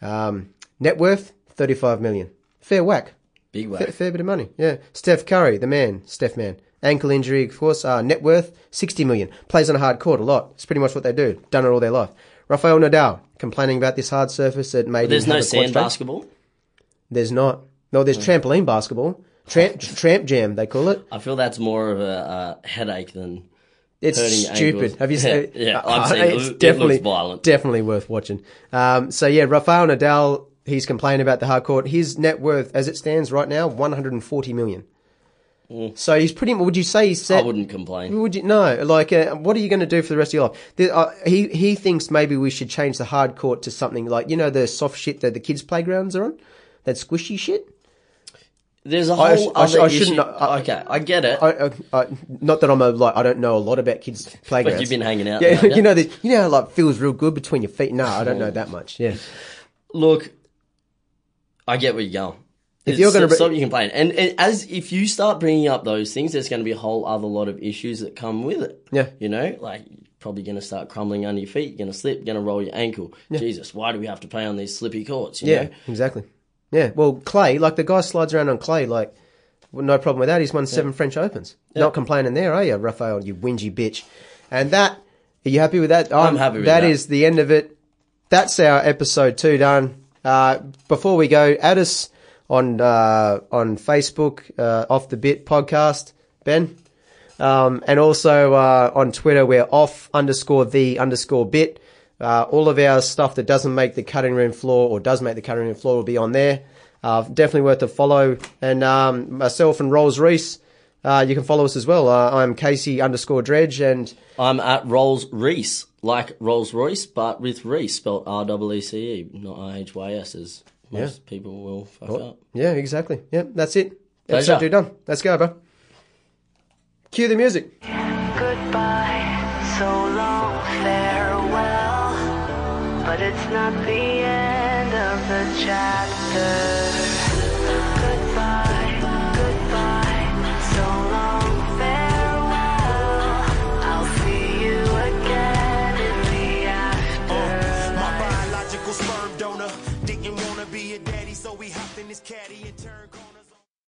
[SPEAKER 1] Um, net worth, 35 million. Fair whack.
[SPEAKER 2] Big
[SPEAKER 1] Fair,
[SPEAKER 2] whack.
[SPEAKER 1] fair bit of money. Yeah. Steph Curry, the man. Steph man. Ankle injury, of course. Uh, net worth, 60 million. Plays on a hard court a lot. It's pretty much what they do. Done it all their life. Rafael Nadal, complaining about this hard surface that made
[SPEAKER 2] There's
[SPEAKER 1] him have
[SPEAKER 2] no
[SPEAKER 1] a quad
[SPEAKER 2] sand
[SPEAKER 1] strain.
[SPEAKER 2] basketball.
[SPEAKER 1] There's not. No, there's
[SPEAKER 2] Mm.
[SPEAKER 1] trampoline basketball. Tramp, tramp jam, they call it.
[SPEAKER 2] I feel that's more of a uh, headache than
[SPEAKER 1] It's
[SPEAKER 2] Hurting
[SPEAKER 1] stupid.
[SPEAKER 2] ankles.
[SPEAKER 1] Have you seen? Uh,
[SPEAKER 2] Yeah, I've seen it. It
[SPEAKER 1] It's
[SPEAKER 2] looks
[SPEAKER 1] definitely
[SPEAKER 2] violent.
[SPEAKER 1] Definitely worth watching. Um, so yeah, Rafael Nadal. He's complaining about the hard court. His net worth, as it stands right now, one hundred and forty million. So he's pretty. Would you say he's
[SPEAKER 2] Mm. I
[SPEAKER 1] set?
[SPEAKER 2] wouldn't complain.
[SPEAKER 1] Would you no? Like, uh, what are you going to do for the rest of your life? The, uh, he he thinks maybe we should change the hard court to something like you know the soft shit that the kids' playgrounds are on, that squishy shit.
[SPEAKER 2] There's a
[SPEAKER 1] I sh-
[SPEAKER 2] whole
[SPEAKER 1] I sh-
[SPEAKER 2] other
[SPEAKER 1] I
[SPEAKER 2] issue.
[SPEAKER 1] shouldn't- I-
[SPEAKER 2] okay, I get it.
[SPEAKER 1] I, I, I, not that I'm a like I don't know a lot about kids' playgrounds.
[SPEAKER 2] you've been hanging out
[SPEAKER 1] Yeah,
[SPEAKER 2] there, yeah?
[SPEAKER 1] you know the, you know how like feels real good between your feet. No, I don't know that much. Yeah,
[SPEAKER 2] Look, I get where you're going. If
[SPEAKER 1] you're gonna br-
[SPEAKER 2] stop your complaining, and, and as if you start bringing up those things, there's going to be a whole other lot of issues that come with it.
[SPEAKER 1] Yeah.
[SPEAKER 2] you know, like you're probably going to start crumbling under your feet. You're going to slip. You're going to roll your ankle. Jesus, why do we have to play on these slippy courts? You
[SPEAKER 1] yeah,
[SPEAKER 2] know?
[SPEAKER 1] exactly. Yeah, well, clay like the guy slides around on clay like well, no problem with that. He's won seven French Opens. Not complaining there, are you, Raphael? You whingy bitch. And that are you happy with that? I'm,
[SPEAKER 2] happy with that.
[SPEAKER 1] That is the end of it. That's our episode two done. Uh, before we go, add us on uh, on Facebook, uh, off the bit podcast, Ben. Um, and also uh, on Twitter, we're off underscore the underscore bit. Uh, all of our stuff that doesn't make the cutting room floor or does make the cutting room floor will be on there. Uh, definitely worth a follow. And um, myself and Rolls Reese, uh, you can follow us as well. Uh, I'm Casey underscore Dredge, and
[SPEAKER 2] I'm at Rolls Reese, like Rolls Royce, but with Reese spelled R E E C E, not I H Y S, as most people will fuck up.
[SPEAKER 1] yeah, exactly. Yeah, that's it.
[SPEAKER 2] Pleasure.
[SPEAKER 1] Episode two done. Let's go, bro. Cue the music.
[SPEAKER 3] Goodbye, so long, farewell. But it's not the end of the chapter.